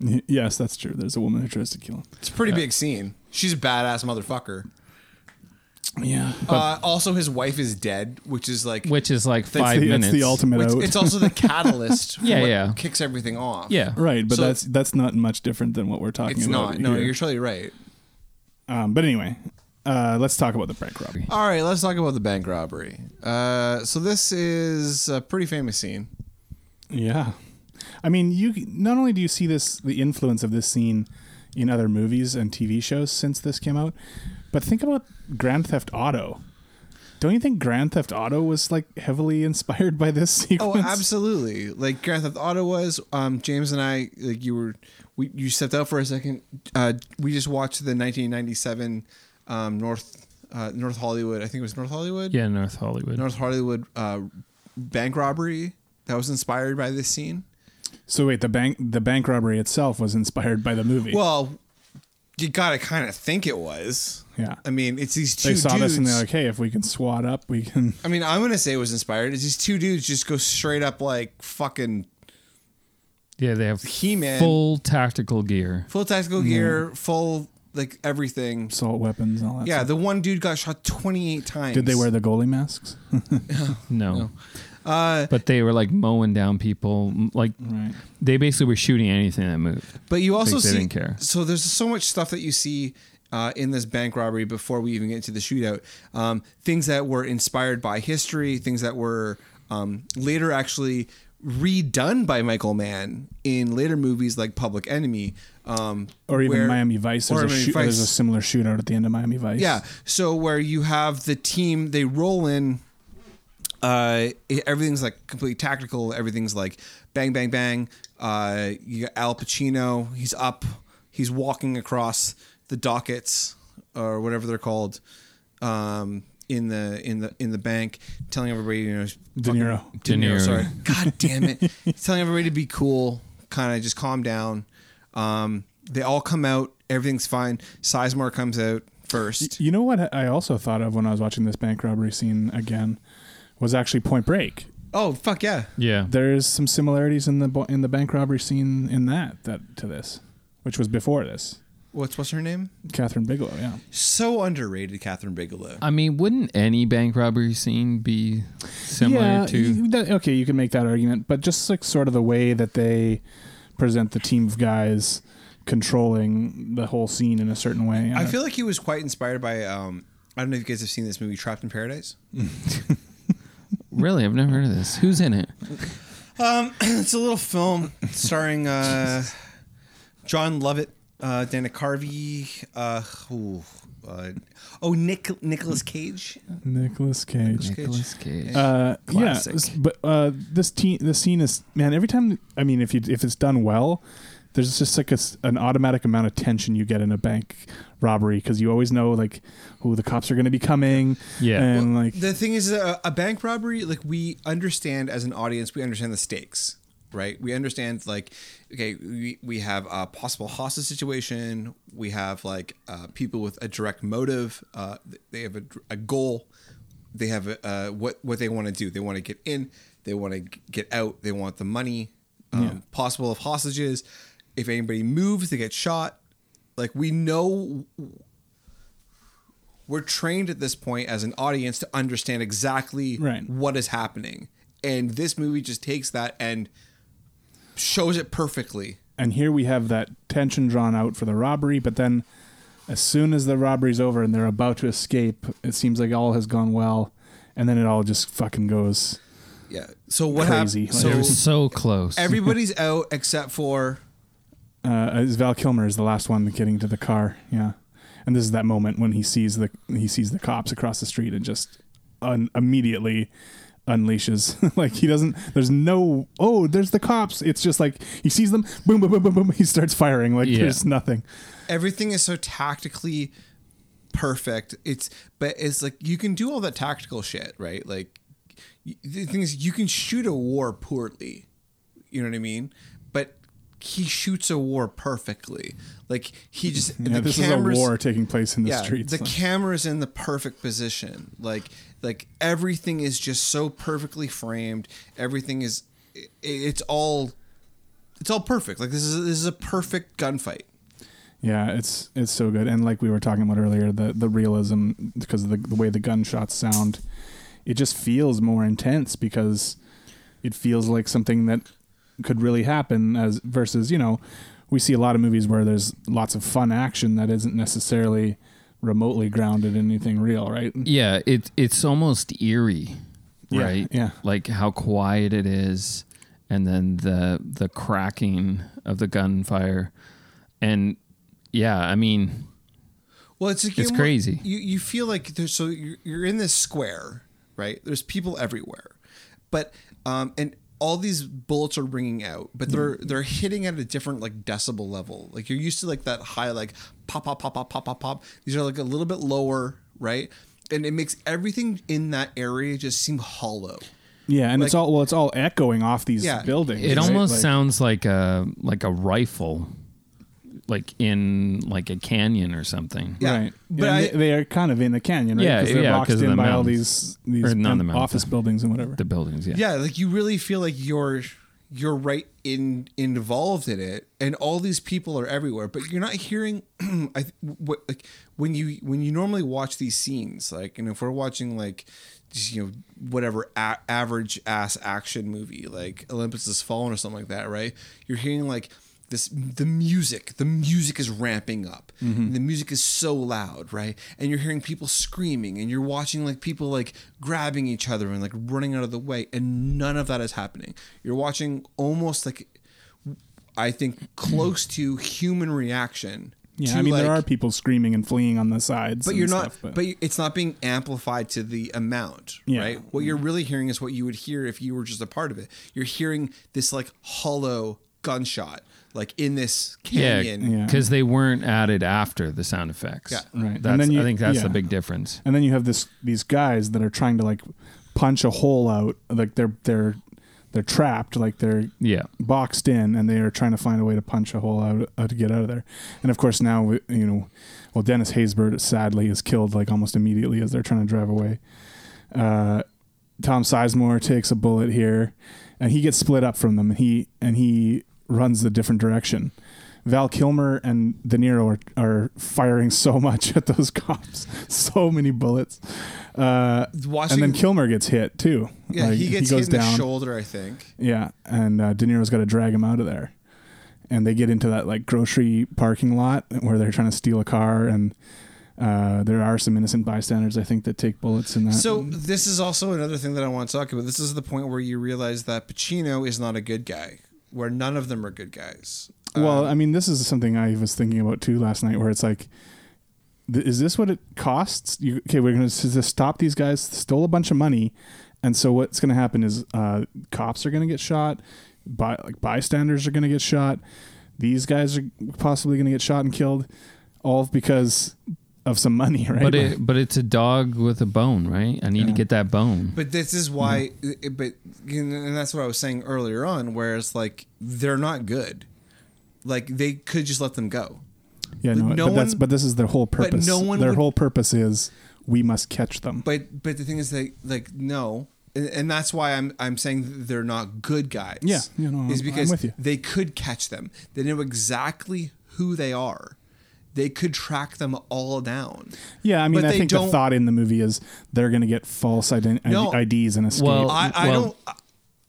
Y- Yes, that's true. There's a woman who tries to kill him. it's a pretty big scene she's a badass motherfucker Yeah, but Uh, also, his wife is dead, which is like Which is like five the- minutes. it's the ultimate which- out. it's also the catalyst. for Yeah, what yeah. Kicks everything off. Yeah. right, but So- that's that's not much different than what we're talking it's about. not. No, here. you're totally right. Um, but anyway, uh, let's talk about the bank robbery. All right, let's talk about the bank robbery. Uh, so this is a pretty famous scene. Yeah, I mean, you not only do you see this the influence of this scene in other movies and TV shows since this came out, but think about Grand Theft Auto. Don't you think Grand Theft Auto was like heavily inspired by this Oh, sequence? absolutely. Like Grand Theft Auto was. Um, James and I, like you were, we you stepped out for a second. Uh, we just watched the 1997 um, North uh, North Hollywood. I think it was North Hollywood. Yeah, North Hollywood. North Hollywood uh, bank robbery that was inspired by this scene. So wait, the bank the bank robbery itself was inspired by the movie. Well, you gotta kind of think it was. Yeah. I mean, it's these two they saw dudes. this and they're like, "Hey, if we can swat up, we can." I mean, I'm gonna say it was inspired. It's these two dudes just go straight up like fucking yeah, they have He-Man. full tactical gear. Mm-hmm. full tactical gear, full like everything. assault weapons and all that. Yeah, stuff. the one dude got shot 28 times. Did they wear the goalie masks? No. Uh, But they were like mowing down people. m- Like right. they basically were shooting anything that moved. But you also Thinks they see didn't care. so there's so much stuff that you see uh, in this bank robbery before we even get to the shootout. Um, things that were inspired by history, things that were um, later actually redone by Michael Mann in later movies like Public Enemy, um, Or even where- Miami Vice. There's or a, Miami shoot- Vice. there's a similar shootout at the end of Miami Vice. Yeah. So where you have the team, they roll in. Uh, it- everything's like completely tactical. Everything's like bang, bang, bang. Uh, you got Al Pacino. He's up. He's walking across the dockets or whatever they're called um, in the in the in the bank, telling everybody you know he's De fucking- Niro. De Niro. De Niro. Sorry. God damn it. He's telling everybody to be cool, kind of just calm down. Um, they all come out. Everything's fine. Sizemore comes out first. You know what I also thought of when I was watching this bank robbery scene again was actually Point Break. Oh fuck yeah! Yeah. There's some similarities in the bo- in the bank robbery scene in that that to this, which was before this. What's what's her name? Catherine Bigelow, yeah. So underrated, Catherine Bigelow. I mean, wouldn't any bank robbery scene be similar yeah, to? you- that- okay, you can make that argument, but just like sort of the way that they present the team of guys controlling the whole scene in a certain way. I feel like he was quite inspired by. Um, I don't know if you guys have seen this movie, Trapped in Paradise. Really, I've never heard of this. Who's in it? it's a little film starring uh, John Lovett, uh, Dana Carvey. Uh, ooh, uh, oh, Nick Nicholas Cage. Nicholas Cage. Nicholas Cage. Uh, yeah, Classic. s- but uh, this teen, this scene is man. Every time, I mean, if you if it's done well, there's just like a s an automatic amount of tension you get in a bank robbery because you always know like, oh, the cops are going to be coming. Yeah. and like The thing is, uh, a, a bank robbery, like we understand as an audience, we understand the stakes, right? We understand, like, okay, we, we have a possible hostage situation. We have like uh, people with a direct motive. Uh, they have a, dr- a goal. They have a, uh, what what they want to do. They want to get in. They want to get out. They want the money. Um, Possible of hostages. If anybody moves, they get shot. Like we know we're trained at this point as an audience to understand exactly Right. what is happening. And this movie just takes that and shows it perfectly. and here we have that tension drawn out for the robbery but then as soon as the robbery's over and they're about to escape it seems like all has gone well and then it all just fucking goes Yeah. So what Crazy. happens? Like, They're So so close. everybody's out except for uh, as val kilmer is the last one getting to the car yeah and this is that moment when he sees the he sees the cops across the street and just un- immediately unleashes like he doesn't there's no oh there's the cops it's just like he sees them boom boom boom boom boom he starts firing like Yeah. there's nothing everything is so tactically perfect. It's but it's like you can do all that tactical shit, right? Like y- the thing is, you can shoot a war poorly. You know what I mean? But he shoots a war perfectly. Like he just yeah, the this cameras- is a war taking place in the streets The like- camera's in the perfect position. Like like everything is just so perfectly framed. Everything is i it's all it's all perfect. Like this is this is a perfect gunfight. Yeah, it's it's so good, and like we were talking about earlier, the the realism because of the, the way the gunshots sound, it just feels more intense because it feels like something that could really happen. As versus, you know, we see a lot of movies where there's lots of fun action that isn't necessarily remotely grounded in anything real, right? yeah, it it's almost eerie, Yeah, right? yeah. like how quiet it is, and then the the cracking of the gunfire, and yeah, I mean, Well, it's like It's you're- crazy. You you feel like there's so you're, you're in this square, right? There's people everywhere, but um and all these bullets are ringing out, but they're they're hitting at a different like decibel level. Like you're used to like that high like pop pop pop pop pop pop pop. These are like a little bit lower, right? And it makes everything in that area just seem hollow. Yeah, and it's Like- all well, it's all echoing off these Yeah, buildings. it right? almost Like- sounds like a like a rifle, like in like a canyon or something. Yeah, Right. but But I- they, they are kind of in a canyon, right? Yeah, they're yeah, boxed 'cause of in the by all mountains. these these Or not the mountains, office uh, buildings and whatever. The buildings, yeah. Yeah, like you really feel like you're you're right in involved in it and all these people are everywhere but you're not hearing I th- what like when you when you normally watch these scenes like and if we're watching like just you know whatever a- average ass action movie like Olympus has fallen or something like that right you're hearing like this the music the music is ramping up Mm-hmm. the music is so loud right and you're hearing people screaming and you're watching like people like grabbing each other and like running out of the way and none of that is happening you're watching almost like i think close to human reaction Mm. Yeah, to, I mean there like- are people screaming and fleeing on the sides. but and you're not stuff, but. it's not being amplified to the amount Yeah. Mm-hmm. right what you're really hearing is what you would hear if you were just a part of it you're hearing this like hollow gunshot like in this canyon Yeah. because they weren't added after the sound effects. Yeah. Right. And That's, then you- I think that's yeah. the big difference. and then you have this these guys that are trying to like punch a hole out like they're they're they're trapped like they're Yeah. boxed in and they are trying to find a way to punch a hole out uh, to get out of there and of course now we- you know well dennis haysbert sadly is killed like almost immediately as they're trying to drive away uh tom sizemore takes a bullet here and he gets split up from them and he and he runs the different direction Val Kilmer and De Niro are, are firing so much at those cops, so many bullets. Uh, watching and then Kilmer gets hit too. yeah Like, he gets goes hit in the down. shoulder i think Yeah, and uh, De Niro's got to drag him out of there. And they get into that like grocery parking lot where they're trying to steal a car, and uh, there are some innocent bystanders I think that take bullets in that. So this is also another thing that I want to talk about. This is the point where you realize that Pacino is not a good guy, where none of them are good guys. Um, well, I mean, this is something I was thinking about too last night, where it's like, th- is this what it costs? You, okay, we're going to stop these guys. Stole a bunch of money, and so what's going to happen is uh, cops are going to get shot. By like bystanders are going to get shot. These guys are possibly going to get shot and killed, all because of some money, right? But it, but it's a dog with a bone, right? I need to get that bone. But this is why, Mm-hmm. but and that's what I was saying earlier on, where it's like they're not good. Like they could just let them go. yeah, no, but but, no that's one- but this is their whole but purpose. no one their would- whole purpose is we must catch them. But but the thing is, they like no, and, and that's why I'm I'm saying they're not good guys. Yeah, you know, is I'm- because I'm with you. they could catch them. They know exactly who they are. They could track them all down. Yeah, I mean, But I they think don't- the thought in the movie is they're going to get false ident- No. IDs and escape. Well, I, I Well, don't.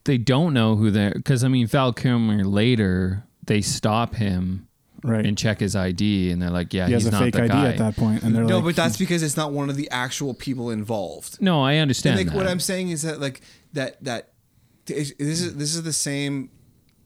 They don't know who they're because I mean Val Kilmer later they stop him right. and check his ID and they're like, yeah, he has he's a not fake the ID guy. at that point, and they're no, like, but hmm. that's because it's not one of the actual people involved. No, I And understand like, that. what I'm saying is that like that that this is this is the same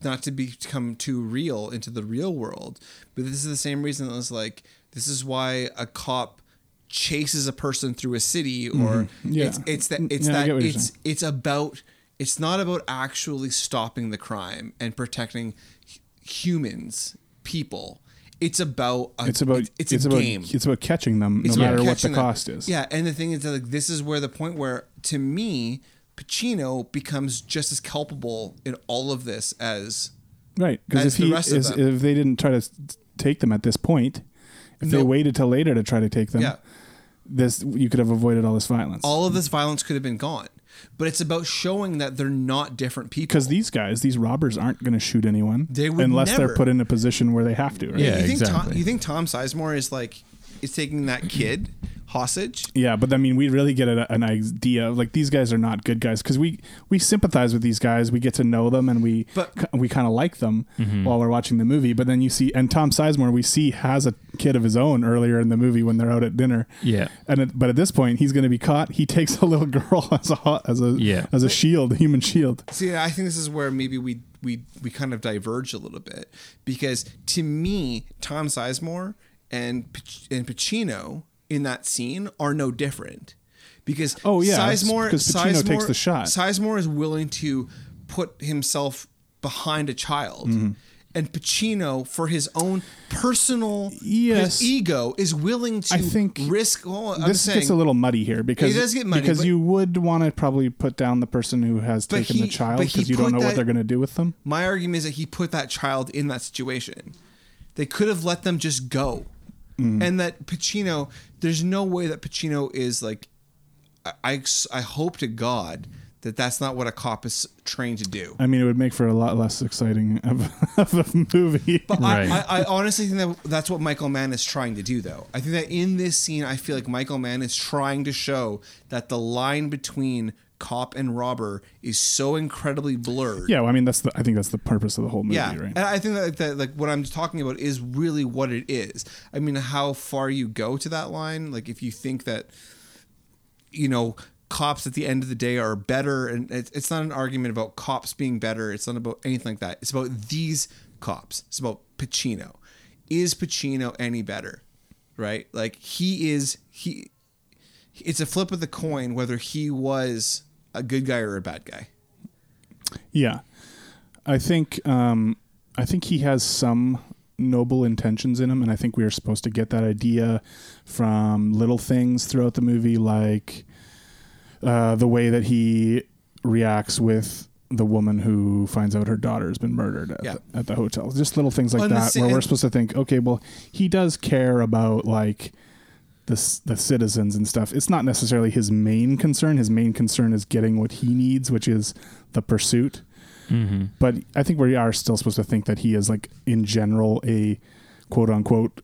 not to become too real into the real world, but this is the same reason that was like this is why a cop chases a person through a city or Mm-hmm. Yeah. it's it's that it's Yeah, I that get what you're it's saying. it's about it's not about actually stopping the crime and protecting hu- humans, people. It's about a, it's about it's, it's a about game. it's about catching them It's no about matter what the catching them. cost is. Yeah, and the thing is that like, this is where the point where to me Pacino becomes just as culpable in all of this as right. Because As if the he rest of is, them. if they didn't try to s- take them at this point, if they No. waited till later to try to take them, Yeah. this you could have avoided all this violence. all of this violence could have been gone. But it's about showing that they're not different people. because these guys, these robbers, aren't going to shoot anyone They would unless never. they're put in a position where they have to. Right? Yeah, you think Tom, exactly. you think Tom Sizemore is like is taking that kid hostage? Yeah, but I mean, we really get a, an idea. of, Like these guys are not good guys because we we sympathize with these guys. We get to know them and we But- ki- we kind of like them Mm-hmm. while we're watching the movie. But then you see, and Tom Sizemore we see has a kid of his own earlier in the movie when they're out at dinner. Yeah. and at, but at this point he's going to be caught. He takes a little girl as a ho- as a Yeah. as a shield, human shield. See, I think this is where maybe we we we kind of diverge a little bit because to me, Tom Sizemore and Pac- and Pacino in that scene are no different because Oh, yeah, it's Sizemore because Pacino Sizemore- takes the shot. Sizemore is willing to put himself behind a child. Mm-hmm. And Pacino, for his own personal his Yes. ego, is willing to I think risk. Well, I'm this saying, gets a little muddy here because It does get muddy, because but- you would want to probably put down the person who has But taken he- the child but he because you don't put know that- what they're going to do with them. My argument is that he put that child in that situation. They could have let them just go. And that Pacino, there's no way that Pacino is like, I, I, I hope to God that that's not what a cop is trained to do. I mean, it would make for a lot less exciting of, of a movie. But Right. I, I, I honestly think that that's what Michael Mann is trying to do, though. I think that in this scene, I feel like Michael Mann is trying to show that the line between cop and robber is so incredibly blurred. yeah, well, I mean, that's the. I think that's the purpose of the whole movie, Yeah, right? and I think that, that like what I'm talking about is really what it is. I mean, how far you go to that line, like if you think that, you know, cops at the end of the day are better, and it's, it's not an argument about cops being better. It's not about anything like that. It's about these cops. It's about Pacino. Is Pacino any better? Right? Like he is. He. It's a flip of the coin whether he was a good guy or a bad guy. Yeah, I think um, I think he has some noble intentions in him, and I think we are supposed to get that idea from little things throughout the movie, like uh, the way that he reacts with the woman who finds out her daughter has been murdered at, Yeah. the, at the hotel. Just little things like Well, and that, the ci- where we're and- supposed to think, okay, well, he does care about like the c- the citizens and stuff. It's not necessarily his main concern. His main concern is getting what he needs, which is the pursuit. But I think we are still supposed to think that he is like in general a quote unquote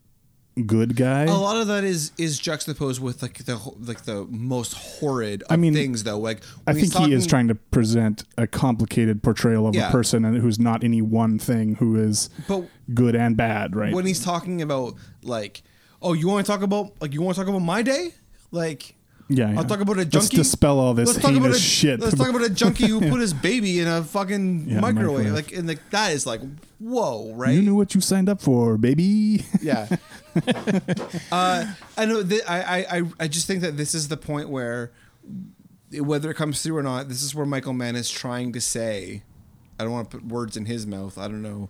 good guy. A lot of that is is juxtaposed with like the ho- like the most horrid of I mean, things though. Like I when he's think he is talking- trying to present a complicated portrayal of Yeah. a person and who's not any one thing, who is But- good and bad, right? when he's talking about like, oh, you want to talk about like you want to talk about my day? Like, Yeah, yeah. I'll talk about a Let's junkie. dispel all this heinous a, shit. Let's talk about a junkie who put his baby in a fucking Yeah, microwave. microwave. Like, and like that is like, whoa, right? you knew what you signed up for, baby. yeah. uh, I know. Th- I, I- I I just think that this is the point where, whether it comes through or not, this is where Michael Mann is trying to say, I don't want to put words in his mouth. I don't know.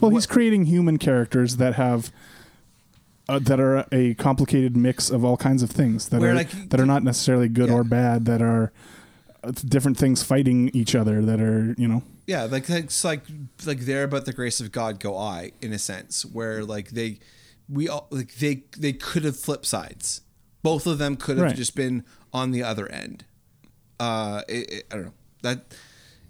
Well, he's creating human characters that have uh, that are a complicated mix of all kinds of things that Where, are like, that are not necessarily good yeah. or bad. That are uh, different things fighting each other. That are you know. Yeah, like it's like like there but the grace of God go I in a sense where like they we all like they they could have flip sides. Both of them could have Right. just been on the other end. Uh, it, it- I don't know that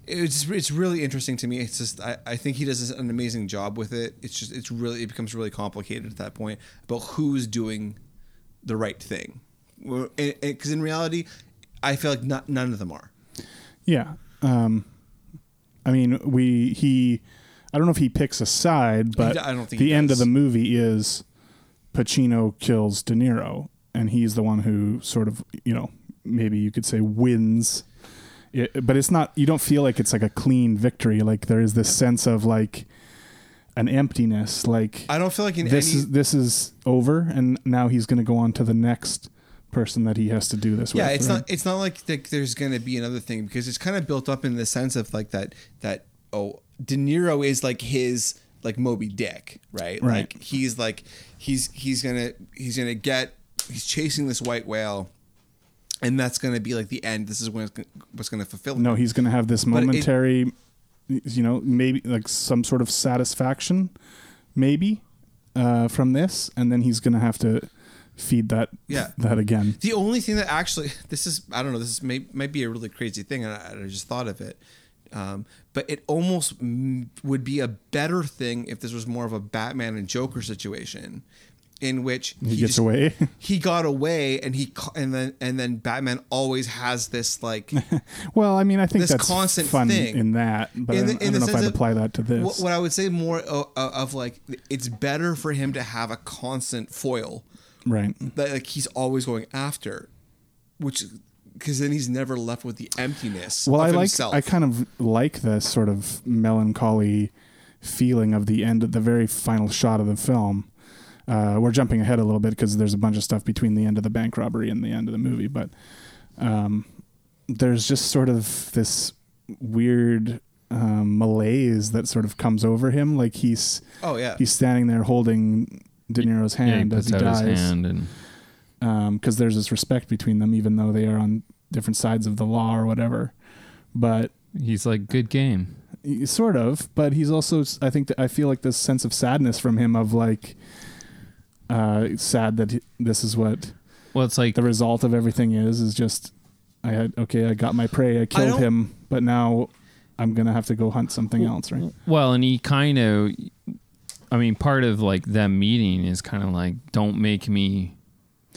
it's it's really interesting to me. It's just I, I think he does an amazing job with it. It's just it's really it becomes really complicated at that point about who's doing the right thing because in reality, I feel like not, none of them are. Yeah. Um, I mean, we he. I don't know if he picks a side, but I don't think the he end does. of the movie is Pacino kills De Niro, and he's the one who sort of you know maybe you could say wins. It, but it's not. You don't feel like it's like a clean victory. Like there is this sense of like an emptiness. Like I don't feel like in this any, is this is over, and now he's going to go on to the next person that he has to do this yeah with. it's right? not it's not like th- there's gonna be another thing because it's kind of built up in the sense of like that that oh de niro is like his like moby dick right, Right. like he's like he's he's gonna he's gonna get he's chasing this white whale and that's gonna be like the end this is when it's gonna, what's gonna fulfill him. No, he's going to have this it- momentary, you know, maybe like some sort of satisfaction, maybe uh, from this, and then he's going to have to feed that Yeah. that again. The only thing that actually, this is, I don't know, this is may, might be a really crazy thing, and I, I just thought of it. Um, but it almost mm, would be a better thing if this was more of a Batman and Joker situation, in which he, gets away. He got away, and he ca- and then and then Batman always has this like Well, I mean, I think This that's constant fun thing. in that, but I the- don't, I don't know if sense I'd of- apply that to this. What, what I would say more of, of like, it's better for him to have a constant foil right. that like he's always going after, which because then he's never left with the emptiness. Well, of I like. himself. I kind of like the sort of melancholy feeling of the end, the very final shot of the film. Uh, we're jumping ahead a little bit because there's a bunch of stuff between the end of the bank robbery and the end of the movie, but um, there's just sort of this weird um, malaise that sort of comes over him. Like he's Oh yeah. he's standing there holding De Niro's Yeah, he hand puts as he out dies his hand and because there's this respect between them, even though they are on different sides of the law or whatever. But he's like, "Good game." sort of but he's also i think that i feel like this sense of sadness from him of like uh sad that he- this is what Well, it's like the result of everything is is just I had okay, I got my prey, I killed don't- him, but now I'm gonna have to go hunt something else, right? Well, and he kind of, I mean, part of like them meeting is kind of like, don't make me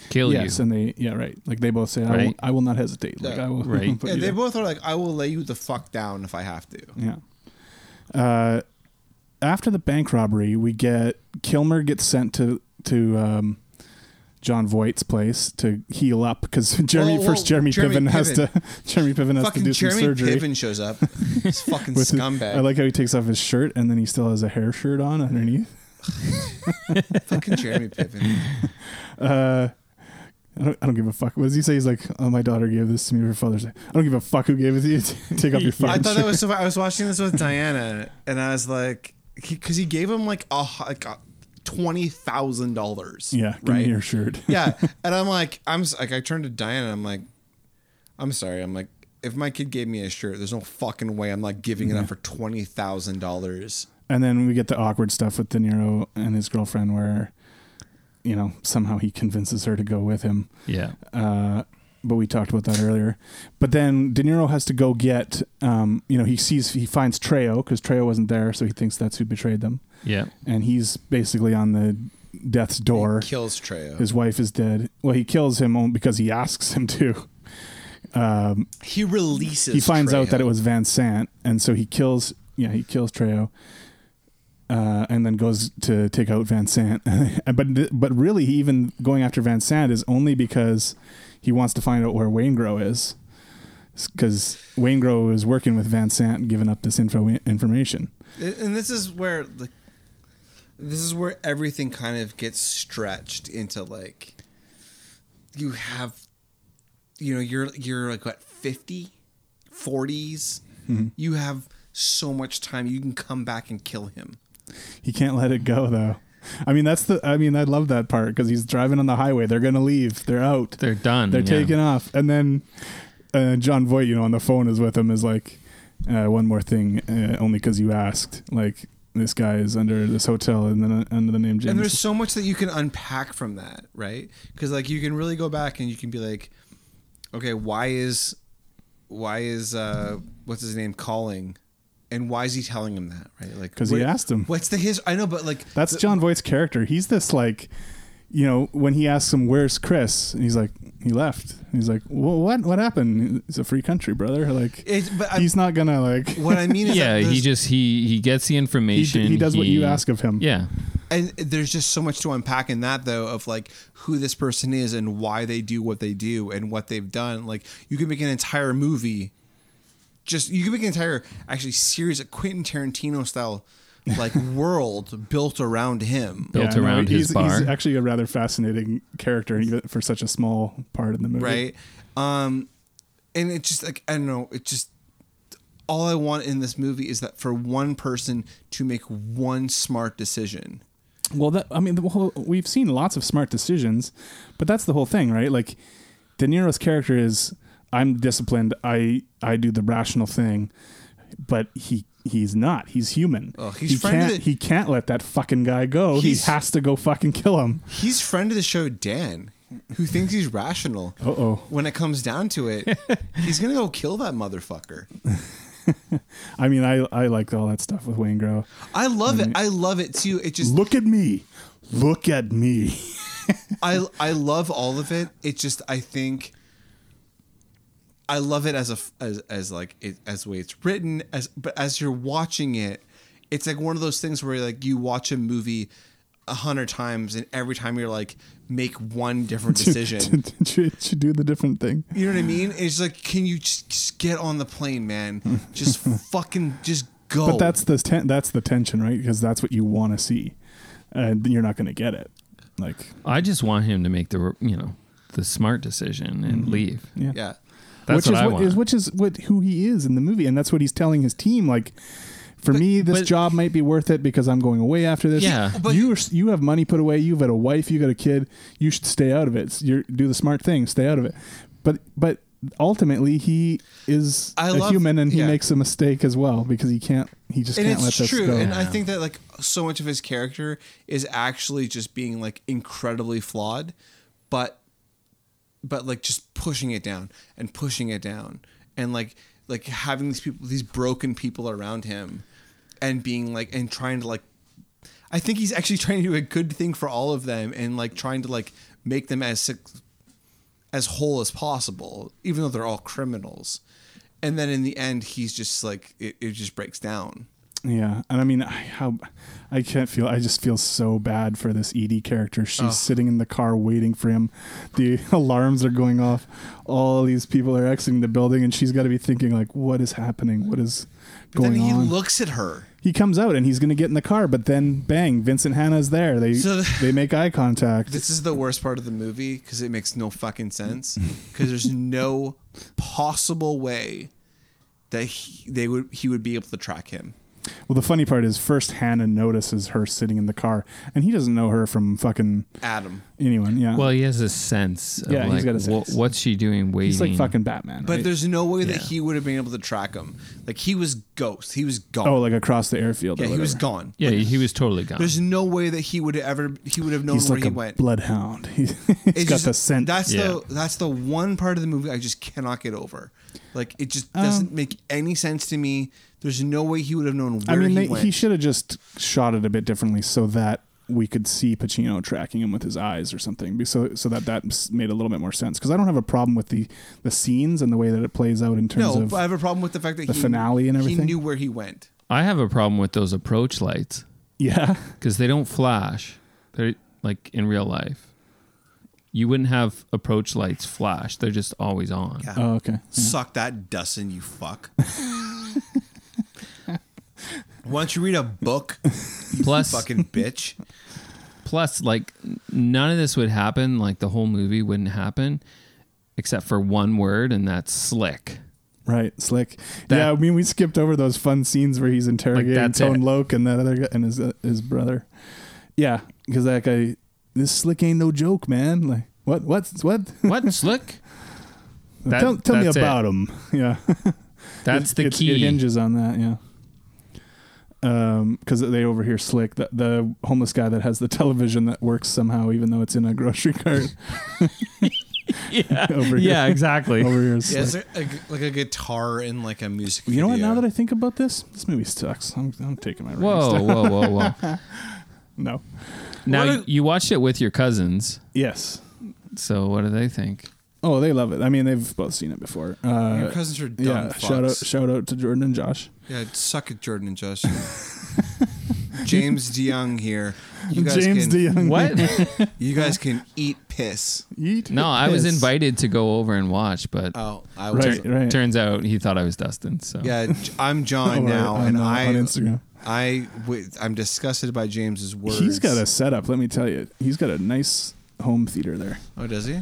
kill yes, you. and they yeah, right. Like they both say, I, will, Right. I will not hesitate. Like Yeah. I will Right. put Yeah, you they down. both are like, I will lay you the fuck down if I have to. Yeah. Uh, after the bank robbery, we get Kilmer gets sent to to um, John Voight's place to heal up because Jeremy Well, first well, Jeremy, Jeremy Piven, has Piven. to Jeremy Piven has to fucking do Jeremy some surgery. Piven shows up. He's fucking with his- scumbag. I like how he takes off his shirt and then he still has a hair shirt on underneath. fucking Jeremy Piven. Uh, I don't, I don't give a fuck. What does he say? He's like, "Oh, my daughter gave this to me for Father's Day." I don't give a fuck who gave it to you. Take off your fucking I thought shirt. that was so. I was watching this with Diana, and I was like, because he, gave him like a hu- like a twenty thousand dollars. yeah, give right. me your shirt. yeah, and I'm like, I'm s- like, I turned to Diana, and I'm like, I'm sorry, I'm like, if my kid gave me a shirt, there's no fucking way I'm not giving Mm-hmm. it up for twenty thousand dollars. And then we get the awkward stuff with De Niro and his girlfriend, where you know somehow he convinces her to go with him. Yeah. Uh, but we talked about that earlier. But then De Niro has to go get, um, you know, he sees he finds Treo because Treo wasn't there, so he thinks that's who betrayed them, Yeah. and he's basically on the death's door. Kills Treo. His wife is dead. Well, he kills him only because he asks him to. He releases. He finds out Trejo. that it was Van Sant, and so he kills. Yeah, he kills Treo, uh, and then goes to take out Van Sant. but th- but really, he even going after Van Sant is only because he wants to find out where Waingrow is, because Waingrow is working with Van Sant, and giving up this info information. and this is where like this is where everything kind of gets stretched into like you have you know you're you're like what 50 40s Mm-hmm. you have so much time you can come back and kill him He can't let it go though. I mean that's the. I mean I love that part because he's driving on the highway. They're gonna leave. They're out. They're done. They're yeah. taking off, and then uh, John Voight, you know, on the phone is with him. Is like, uh, one more thing, uh, only because you asked. Like this guy is under this hotel, and then uh, under the name James. and there's so much that you can unpack from that right because like you can really go back and you can be like okay why is why is uh what's his name calling and why is he telling him that right like 'Cause he what- asked him. what's the his i know but like That's John Voight's character. He's this like, you know, when he asks him, "Where's Chris?" and he's like, "He left." And he's like, well, "What? What happened?" It's a free country, brother. Like, It's- but I'm- he's not gonna like. what i mean is Yeah. that He there's- just, he, he gets the he, information. he does what you ask of him. Yeah. and there's just so much to unpack in that though of like who this person is and why they do what they do and what they've done like you can make an entire movie just you can make an entire actually series of quentin tarantino style like world built around him Built Yeah, no, around his he's, bar. He's actually a rather fascinating character even for such a small part in the movie. right um and it just like i don't know it just all i want in this movie is that for one person to make one smart decision Well, that I mean, the whole, we've seen lots of smart decisions, but that's the whole thing, right? Like, De Niro's character is, I'm disciplined. I I do the rational thing, but he he's not. He's human. Oh, he's he friend of can't the- he can't let that fucking guy go. He He's- has to go fucking kill him. He's friend of the show, Dan, who thinks he's rational. Uh-oh. When it comes down to it, he's gonna go kill that motherfucker. I mean, I I liked all that stuff with Wayne Grow. I love it. I love it too. It just Look at me. Look at me. I I love all of it. It just I think I love it as a as as like it, as the way it's written as but as you're watching it, it's like one of those things where like you watch a movie a hundred times and every time you're like make one different decision. to, to do the different thing. You know what I mean? It's like, can you just, just get on the plane, man? Just fucking, just go. Oh. But that's the ten- that's the tension, right? Because that's what you want to see, and you're not going to get it. Like, I just want him to make the, you know, the smart decision and leave. Mm-hmm. yeah, yeah. That's what which is I what want. is which is what who he is in the movie, and that's what he's telling his team. Like, for me, this but- job might be worth it because I'm going away after this. Yeah. But- you are, you have money put away. You've got a wife. You got a kid. You should stay out of it. You do the smart thing. Stay out of it. But but ultimately, he is I a love- human, and he yeah. makes a mistake as well because he can't. He just And can't let it's this true. go. And I think that like so much of his character is actually just being like incredibly flawed, but but like just pushing it down and pushing it down and like like having these people these broken people around him and being like and trying to like I think he's actually trying to do a good thing for all of them and like trying to like make them as sick, as whole as possible, even though they're all criminals. And then in the end, he's just like it, it just breaks down. Yeah, and I mean, I, how I can't feel. I just feel so bad for this Edie character. She's sitting in the car waiting for him. The alarms are going off. All these people are exiting the building, and she's got to be thinking like, "What is happening? What is But going then he on?" looks at her. he comes out, and he's going to get in the car, but then bang, Vincent Hanna's there. They So- they make eye contact. This is the worst part of the movie because it makes no fucking sense. Because there's no possible way that he, they would he would be able to track him. Well, the funny part is, first Hannah notices her sitting in the car, and he doesn't know her from fucking Adam. anyone. Yeah, Well, he has a sense. Of Yeah, like, he's got a wha- sense. what's she doing waiting? he's like fucking Batman. But right? there's no way that Yeah. he would have been able to track him. Like he was ghost. He was gone. oh, like across the airfield. or yeah, he was whatever. gone. Yeah, he was totally gone. There's no way that he would ever he would have known He's where like he a went. bloodhound. He, has It's got just- the scent. That's Yeah. the that's the one part of the movie I just cannot get over. Like it just Um, doesn't make any sense to me. There's no way he would have known where I mean, he they, went. he should have just shot it a bit differently so that we could see Pacino tracking him with his eyes or something. be- So so that that s- made a little bit more sense because I don't have a problem with the the scenes and the way that it plays out in terms no, of but I have a problem with the fact that the he, finale and everything? He knew where he went. I have a problem with those approach lights yeah. because they don't flash. They're like in real life. You wouldn't have approach lights flash. They're just always on. Yeah. Oh, okay. Suck that, Dustin, you fuck. Why don't you read a book, Plus, fucking bitch? plus, like none of this would happen. Like the whole movie wouldn't happen, except for one word, and that's slick. Right, slick. That- yeah, I mean, we skipped over those fun scenes where he's interrogating that's Tone it. Loc and that other guy and his uh, his brother. Yeah, because that guy, this slick ain't no joke, man. Like, what, what, what? What slick? That- tell tell me that's it. about him. Yeah. That's It- the it- key. It hinges on that, yeah. Um, because they overhear Slick, the, the homeless guy that has the television that works somehow, even though it's in a grocery cart. yeah. Over yeah, here. exactly. Over here, is Yeah, Slick. it's like a, like a guitar in like a music. you know what? video. Now that I think about this, this movie sucks. I'm, I'm taking my ratings Whoa, down. whoa, whoa, whoa. No. Now What a- you watched it with your cousins, Yes. so what do they think? Oh, they love it. I mean, they've both seen it before. Uh, your cousins are dumb. yeah. Shout out, fucks. shout out to Jordan and Josh. Yeah, suck it, Jordan and Justin. James DeYoung here. You guys James can, DeYoung. What? You guys can eat piss. Eat no, I was piss. invited to go over and watch, but Oh, I was. Right, right. turns out he thought I was Dustin. So Yeah, J- I'm John Or now, on, and uh, I on Instagram. I wi- I'm disgusted by James's words. He's got a setup. Let me tell you, he's got a nice home theater there. Oh, does he?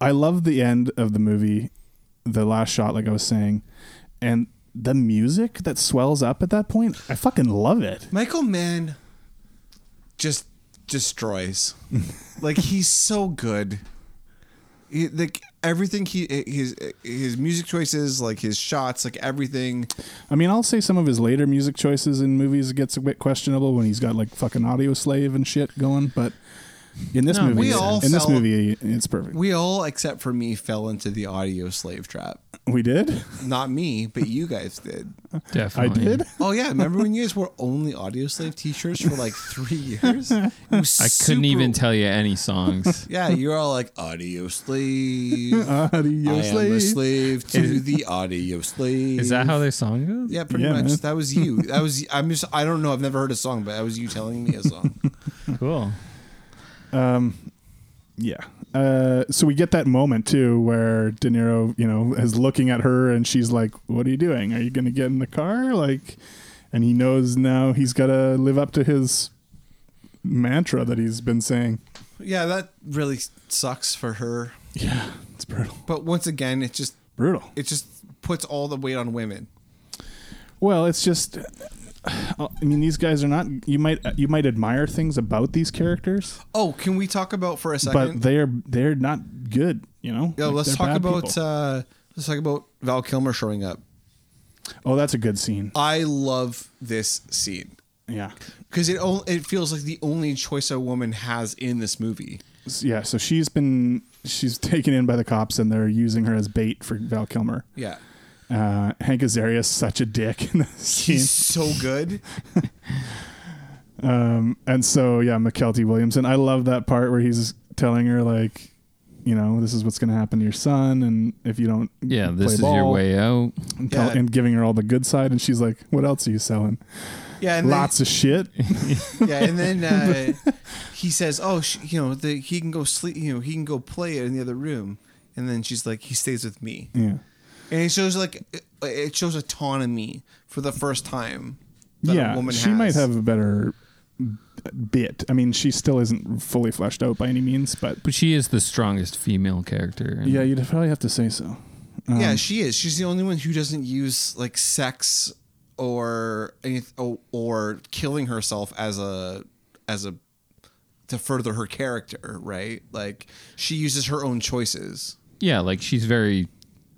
I love the end of the movie, the last shot, like I was saying, and the music that swells up at that point. I fucking love it. Michael Mann just destroys. like he's so good. He, like everything he his his music choices, like his shots, like everything. I mean, I'll say some of his later music choices in movies gets a bit questionable when he's got like fucking audio slave and shit going, but in this No, movie, we all in this fell- movie, it's perfect. We, We all, except for me, fell into the audio slave trap. did. Not me, but you guys did. definitely. I did. Oh yeah, remember when you guys wore only audio slave T-shirts for like three years? I couldn't I couldn't even tell you any songs. Yeah, you're all like audio slave. Audio I am a slave. slave to the audio slave. Is that how their song goes? Yeah, pretty Yeah, much. man. That was you. That was I'm just I don't know. I've never heard a song, but that was you telling me a song. Cool. Yeah. Uh, so we get that moment too where De Niro, you know, is looking at her and she's like, What are you doing? Are you going to get in the car? Like, and he knows now he's got to live up to his mantra that he's been saying. yeah, that really sucks for her. Yeah. It's brutal. But once again, it just Brutal. it just puts all the weight on women. Well, it's just. uh, I mean, these guys are not. You might uh, you might admire things about these characters, Oh, can we talk about for a but second? they're they're not good. You know. Yo, Like, let's they're talk bad about people. uh, let's talk about Val Kilmer showing up. oh, that's a good scene. I love this scene Yeah. because it only, it feels like the only choice a woman has in this movie. S- Yeah. So she's been she's taken in by the cops and they're using her as bait for Val Kilmer. Yeah. Uh, Hank Azaria is such a dick in this scene. He's so good. Um, and so yeah, McKelty Williamson. I love that part where he's telling her like, you know, this is what's going to happen to your son, and if you don't, Yeah, this play is ball, your way out. And, tell- Yeah. and giving her all the good side, and she's like, "What else are you selling? Yeah, and Lots of shit." Then, yeah, and then uh, he says, "Oh, sh you know, the, he can go sleep. You know, he can go play in the other room." And then she's like, "He stays with me," yeah, and it shows like it- it shows autonomy for the first time. That yeah. a woman she has. might have a better b- bit. I mean, she still isn't fully fleshed out by any means, but But she is the strongest female character. and- yeah, you'd probably have to say so. Um, yeah, she is. She's the only one who doesn't use like sex or anyth- or, or killing herself as a as a to further her character, right? Like she uses her own choices. yeah, like she's very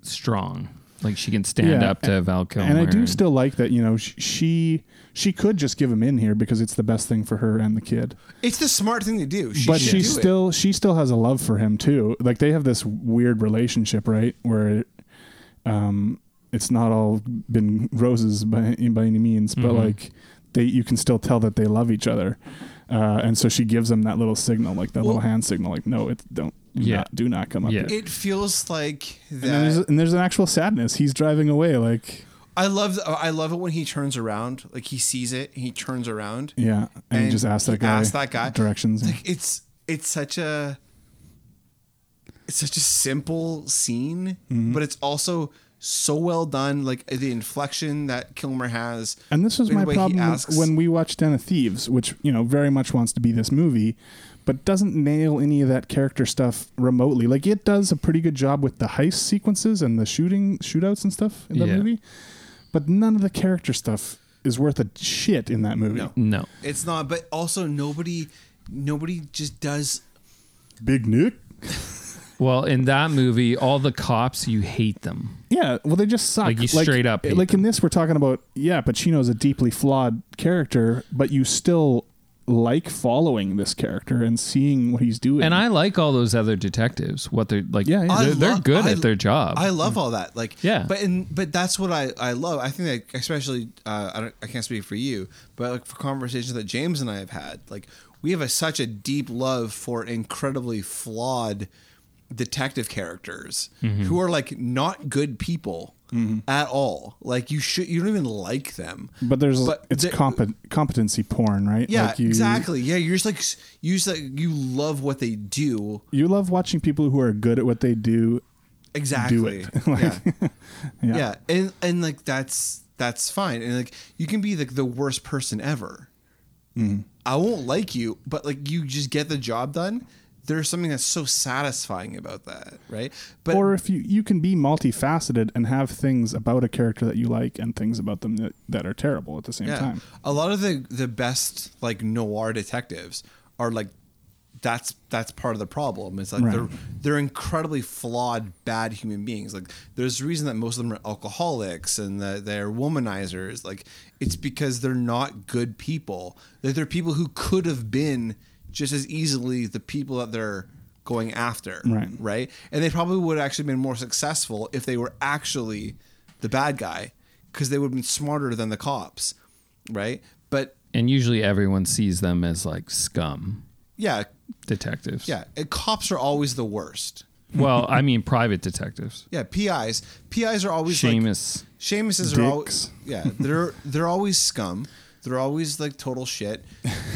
strong. Like she can stand Yeah, up to Val Kilmer. And I do still like that, you know, sh- she she could just give him in here because it's the best thing for her and the kid. It's the smart thing to do. She but should do she it. still she still has a love for him too. Like they have this weird relationship, right? Where um it's not all been roses by by any means, Mm-hmm. but like they you can still tell that they love each other. Uh, and so she gives him that little signal, like that little hand signal, like no, it don't do Yeah. not do not come up Yeah. here. It feels like And, then there's, that. and there's an actual sadness. He's driving away, like I love. I love it when he turns around. Like he sees it, he turns around. yeah, and, he just asks that he guy, asked that guy directions. Like it's it's such a it's such a simple scene, Mm-hmm. but it's also so well done. Like the inflection that Kilmer has, And this was the my way he problem with- asks- when we watched Den of Thieves, which you know very much wants to be this movie, but doesn't nail any of that character stuff remotely. Like it does a pretty good job with the heist sequences and the shooting shootouts and stuff in that Yeah. movie, but none of the character stuff is worth a shit in that movie. No. No. it's not. But also nobody nobody just does. Big Nick. Well, in that movie, all the cops, you hate them. Yeah, well, they just suck. Like, you straight up hate Like in this, we're talking about yeah, Pacino's a deeply flawed character, but you still like following this character and seeing what he's doing. And I like all those other detectives. What they're like, Yeah, yeah. I They're, they're lo- good I- at their job. Mm. I love all that. Like Yeah. but and but that's what I I love. I think that especially uh, I don't I can't speak for you, but like for conversations that James and I have had, like we have a, such a deep love for incredibly flawed detective characters Mm-hmm. who are like not good people at all. Like you should you don't even like them. But there's But it's the- compet- competency porn, right? yeah, Like, you, exactly. Yeah, you're just like s- you just like you love what they do. You love watching people who are good at what they do. Exactly. it. yeah. Yeah. yeah and and like that's that's fine and like you can be like the worst person ever Mm-hmm. i won't like you but like you just get the job done there's something that's so satisfying about that right but or if you you can be multifaceted and have things about a character that you like and things about them that, that are terrible at the same yeah time. a lot of the the best like noir detectives are like that's that's part of the problem it's like Right. they're they're incredibly flawed bad human beings like there's a reason that most of them are alcoholics and that they're womanizers like it's because they're not good people that they're people who could have been just as easily the people that they're going after Right. right and they probably would have actually been more successful if they were actually the bad guy because they would have been smarter than the cops right but and usually everyone sees them as like scum yeah detectives. yeah uh, cops are always the worst Well, I mean, private detectives. Yeah, PIs. PIs are always Seamus. Like, Seamuses are always yeah. They're they're always scum. They're always like total shit.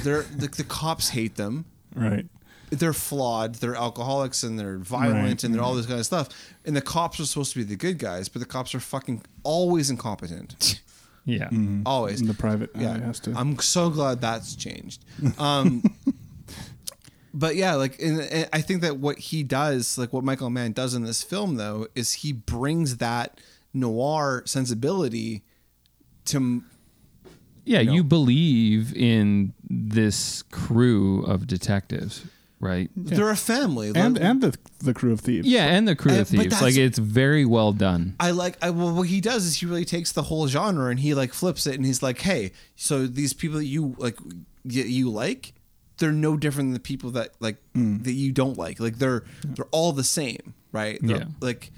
They're the, the cops hate them. Right. They're flawed. They're alcoholics and they're violent Right. and they're all this kind of stuff. And the cops are supposed to be the good guys, but the cops are fucking always incompetent. Yeah. Always. The private eye has to. I'm so glad that's changed. Um, but yeah, like, and, and I think that what he does, like what Michael Mann does in this film, though, is he brings that noir sensibility to m- Yeah. You believe in this crew of detectives, right? they're a family. and Like, and the the crew of thieves. Yeah, and the crew Uh, of but thieves. that's- Like it's very well done. I like I, well, what he does is he really takes the whole genre and he like flips it and he's like, hey, so these people that you like y- you like, they're no different than the people that like that you don't like. Like they're they're all the same, right? They're- Yeah. Like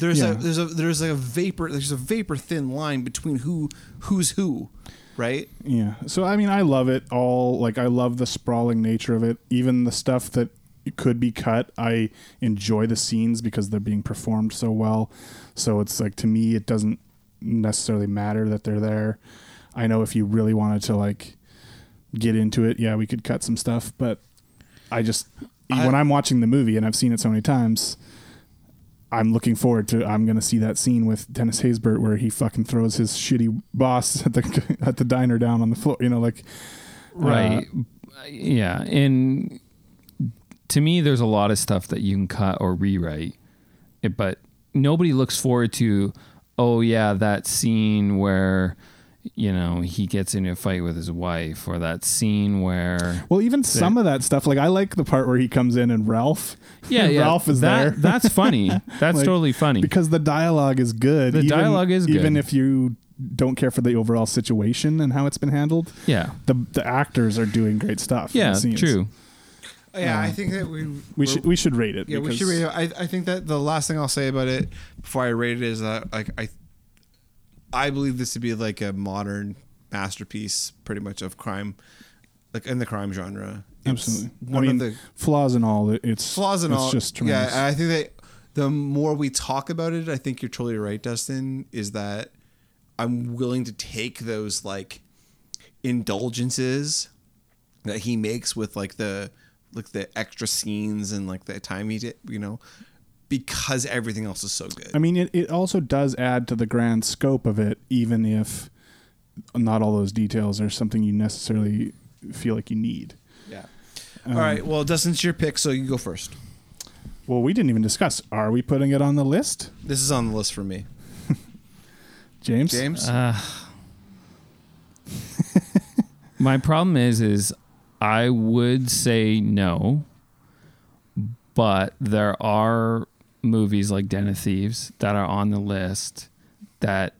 there's Yeah. a there's a there's like a vapor there's a vapor thin line between who who's who, right? Yeah. So I mean, I love it all. Like I love the sprawling nature of it. Even the stuff that could be cut, I enjoy the scenes because they're being performed so well. So it's like to me, it doesn't necessarily matter that they're there. I know if you really wanted to like get into it, yeah, we could cut some stuff. But I just when I'm watching the movie and I've seen it so many times. I'm looking forward to. I'm gonna see that scene with Dennis Haysbert where he fucking throws his shitty boss at the at the diner down on the floor. You know, like uh, right Uh, yeah and to me there's a lot of stuff that you can cut or rewrite it, but nobody looks forward to oh yeah that scene where you know he gets into a fight with his wife or that scene where Well, even some of that stuff. Like I like the part where he comes in and Ralph. yeah yeah Ralph is that, there. that's funny that's Like, totally funny because the dialogue is good. The even- dialogue is even good. if you don't care for the overall situation and how it's been handled. yeah The, the actors are doing great stuff. in the yeah scenes. true Yeah, I think that we We should we should rate it. Yeah, we because- should rate it. I, I think that the last thing I'll say about it Before I rate it is that like I I believe this to be like a modern masterpiece pretty much of crime like in the crime genre. It's Absolutely. One I mean, of the flaws and all. It's flaws and it's all. just tremendous. Yeah, I think that the more we talk about it, I think you're totally right, Dustin. Is that I'm willing to take those like indulgences that he makes with like the like the extra scenes and like the time he did, you know, because everything else is so good. I mean, it, it also does add to the grand scope of it, even if not all those details are something you necessarily feel like you need. yeah. All right. Well, Dustin's your pick, so you go first. Well, we didn't even discuss. Are we putting it on the list, This is on the list for me. James? James. Uh, My problem is, is I would say no, but there are movies like Den of Thieves that are on the list that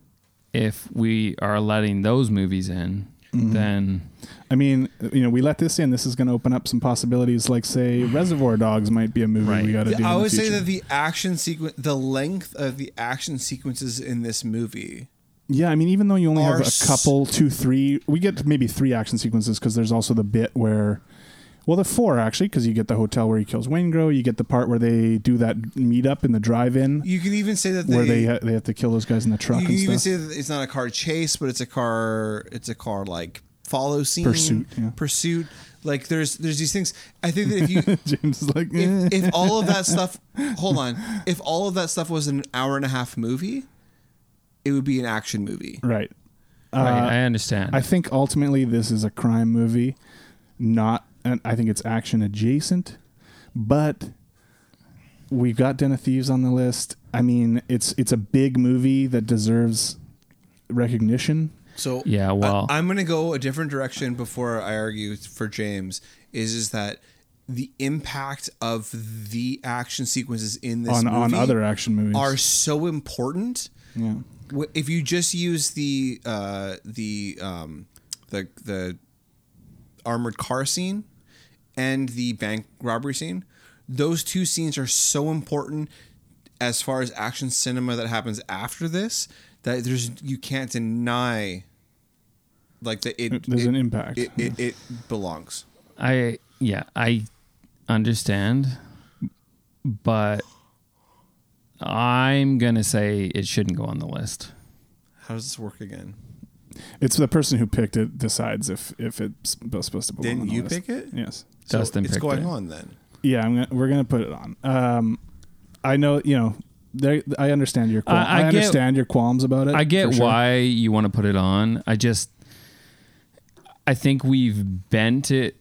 if we are letting those movies in, then I mean, you know, we let this in. This is going to open up some possibilities. Like, say, Reservoir Dogs might be a movie we Right. got to do. in I the would say future. that the action sequence, the length of the action sequences in this movie Yeah, I mean, even though you only Are have s- a couple, two, three, we get maybe three action sequences because there's also the bit where, well, the four actually, because you get the hotel where he kills Wayngro, you get the part where they do that meetup in the drive-in You can even say that they, where they ha- they have to kill those guys in the truck you can and even stuff. say that it's not a car chase, but it's a car it's a car like follow scene Pursuit, yeah. pursuit. Like there's there's these things. I think that if you James is like, eh. if, if all of that stuff hold on if all of that stuff was an hour and a half movie, it would be an action movie. right. right, I understand. I think ultimately this is a crime movie, not, and I think it's action adjacent, but we've got Den of Thieves on the list. I mean, it's it's a big movie that deserves recognition. So Yeah, well- I, am gonna go a different direction before I argue for James. Is is that the impact of the action sequences in this On- on movie other action movies. are so important. Yeah. Wh- If you just use the uh, the um, the the armored car scene and the bank robbery scene, those two scenes are so important as far as action cinema that happens after this that there's you can't deny like that it There's it- an impact. It, it, it belongs. I yeah, I understand, but I'm gonna say it shouldn't go on the list. How does this work again? It's the person who picked it decides if if it's supposed to belong. Didn't on the you list. pick it? Yes. Dustin it's picked going it. on then. Yeah, I'm gonna, we're gonna put it on. Um, I know you know. There, I understand your. Qual- I- I, I get- understand your qualms about it. I for get sure. why you want to put it on. I just, I think we've bent it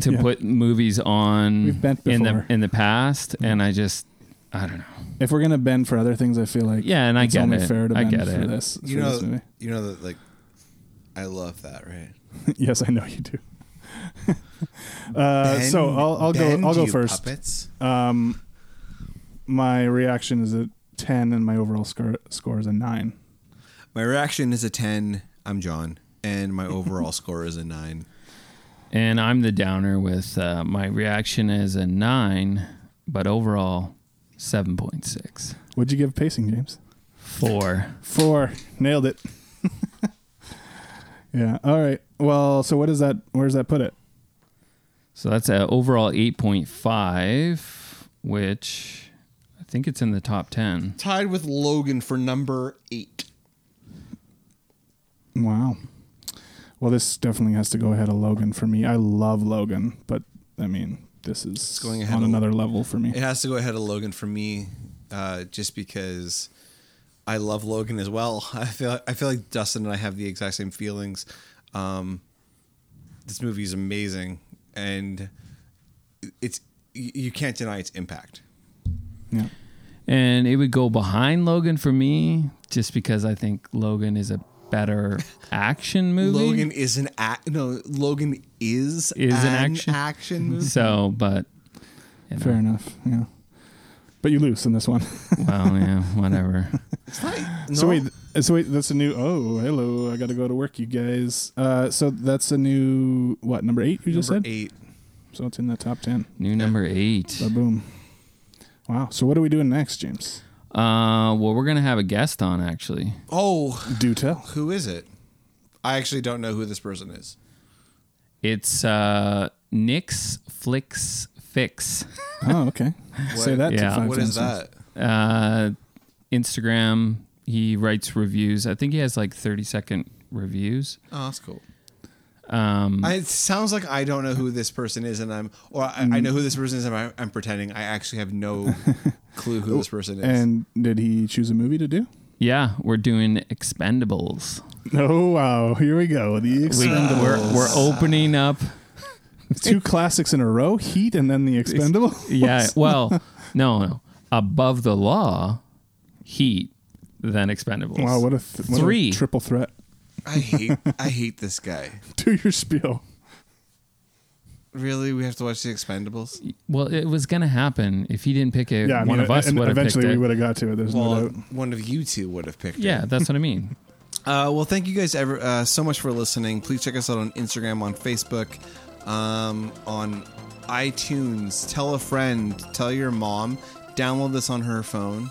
to Yeah. put movies on We've bent in the before. in the past, and I just, I don't know. If we're gonna bend for other things, I feel like Yeah, and I it's get only it. fair to I bend get for it. this. You for know, this movie. you know that like, I love that, right? yes, I know you do. uh, so I'll, I'll go. Bend, I'll go you first. Um, Puppets. My reaction is a ten, and my overall score score is a nine. My reaction is a ten. I'm John, and my overall score is a nine. And I'm the downer with uh, my reaction is a nine, but overall, 7.6. What'd you give pacing, James? Four. Four. Nailed it. yeah. All right. Well, so what does that? Where does that put it? So that's an overall 8.5, which I think it's in the top 10. Tied with Logan for number eight. Wow. Well, this definitely has to go ahead of Logan for me. I love Logan, but I mean, this is going ahead on of- another level for me. It has to go ahead of Logan for me, uh, just because I love Logan as well. I feel I feel like Dustin and I have the exact same feelings. Um, this movie is amazing, and it's y- you can't deny its impact. Yeah. And it would go behind Logan for me just because I think Logan is a better action movie. Logan is an act. No, Logan is Is an action- movie. So, but you know, Fair enough. Yeah. But you lose in this one. well, yeah, whatever. So wait, so wait, that's a new. Oh, hello. I got to go to work, you guys. Uh, so that's a new what number eight? You just said. Number eight. So it's in the top ten. New number eight. Ba boom. Wow. So what are we doing next, James? Uh, well, we're gonna have a guest on actually. Oh, Do tell. who is it? I actually don't know who this person is. It's uh Nix Flicks Fix, Oh, okay. Say that. yeah. To five What is times. that? uh, Instagram. He writes reviews. I think he has like thirty second reviews. Oh, that's cool. Um, I, it sounds like I don't know who this person is, and I'm, or I, I know who this person is, and I'm, I'm pretending I actually have no clue who this person is. And did he choose a movie to do? yeah, we're doing Expendables. Oh wow! Here we go. The We, Expendables. we're we're opening up. Two classics in a row: Heat and then The Expendable. Yeah. Well, no, no. Above the law, Heat, then Expendables. Wow! What a th- what a Three. triple threat. I hate, I hate this guy. Do your spiel. Really, we have to watch The Expendables. Well, it was gonna happen if he didn't pick it. Yeah, I one mean, of us and would have picked eventually it. we would have got to it. There's no Well, doubt. one of you two would have picked. it. Yeah, that's what I mean. Uh, well, thank you guys ever uh, so much for listening. Please check us out on Instagram, on Facebook, um, on iTunes. Tell a friend. Tell your mom. Download this on her phone.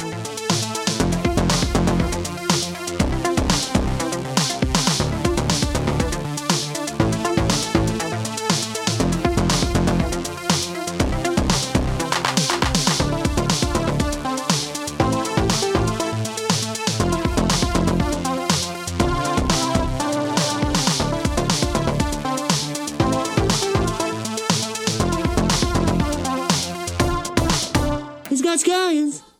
He's got scallions.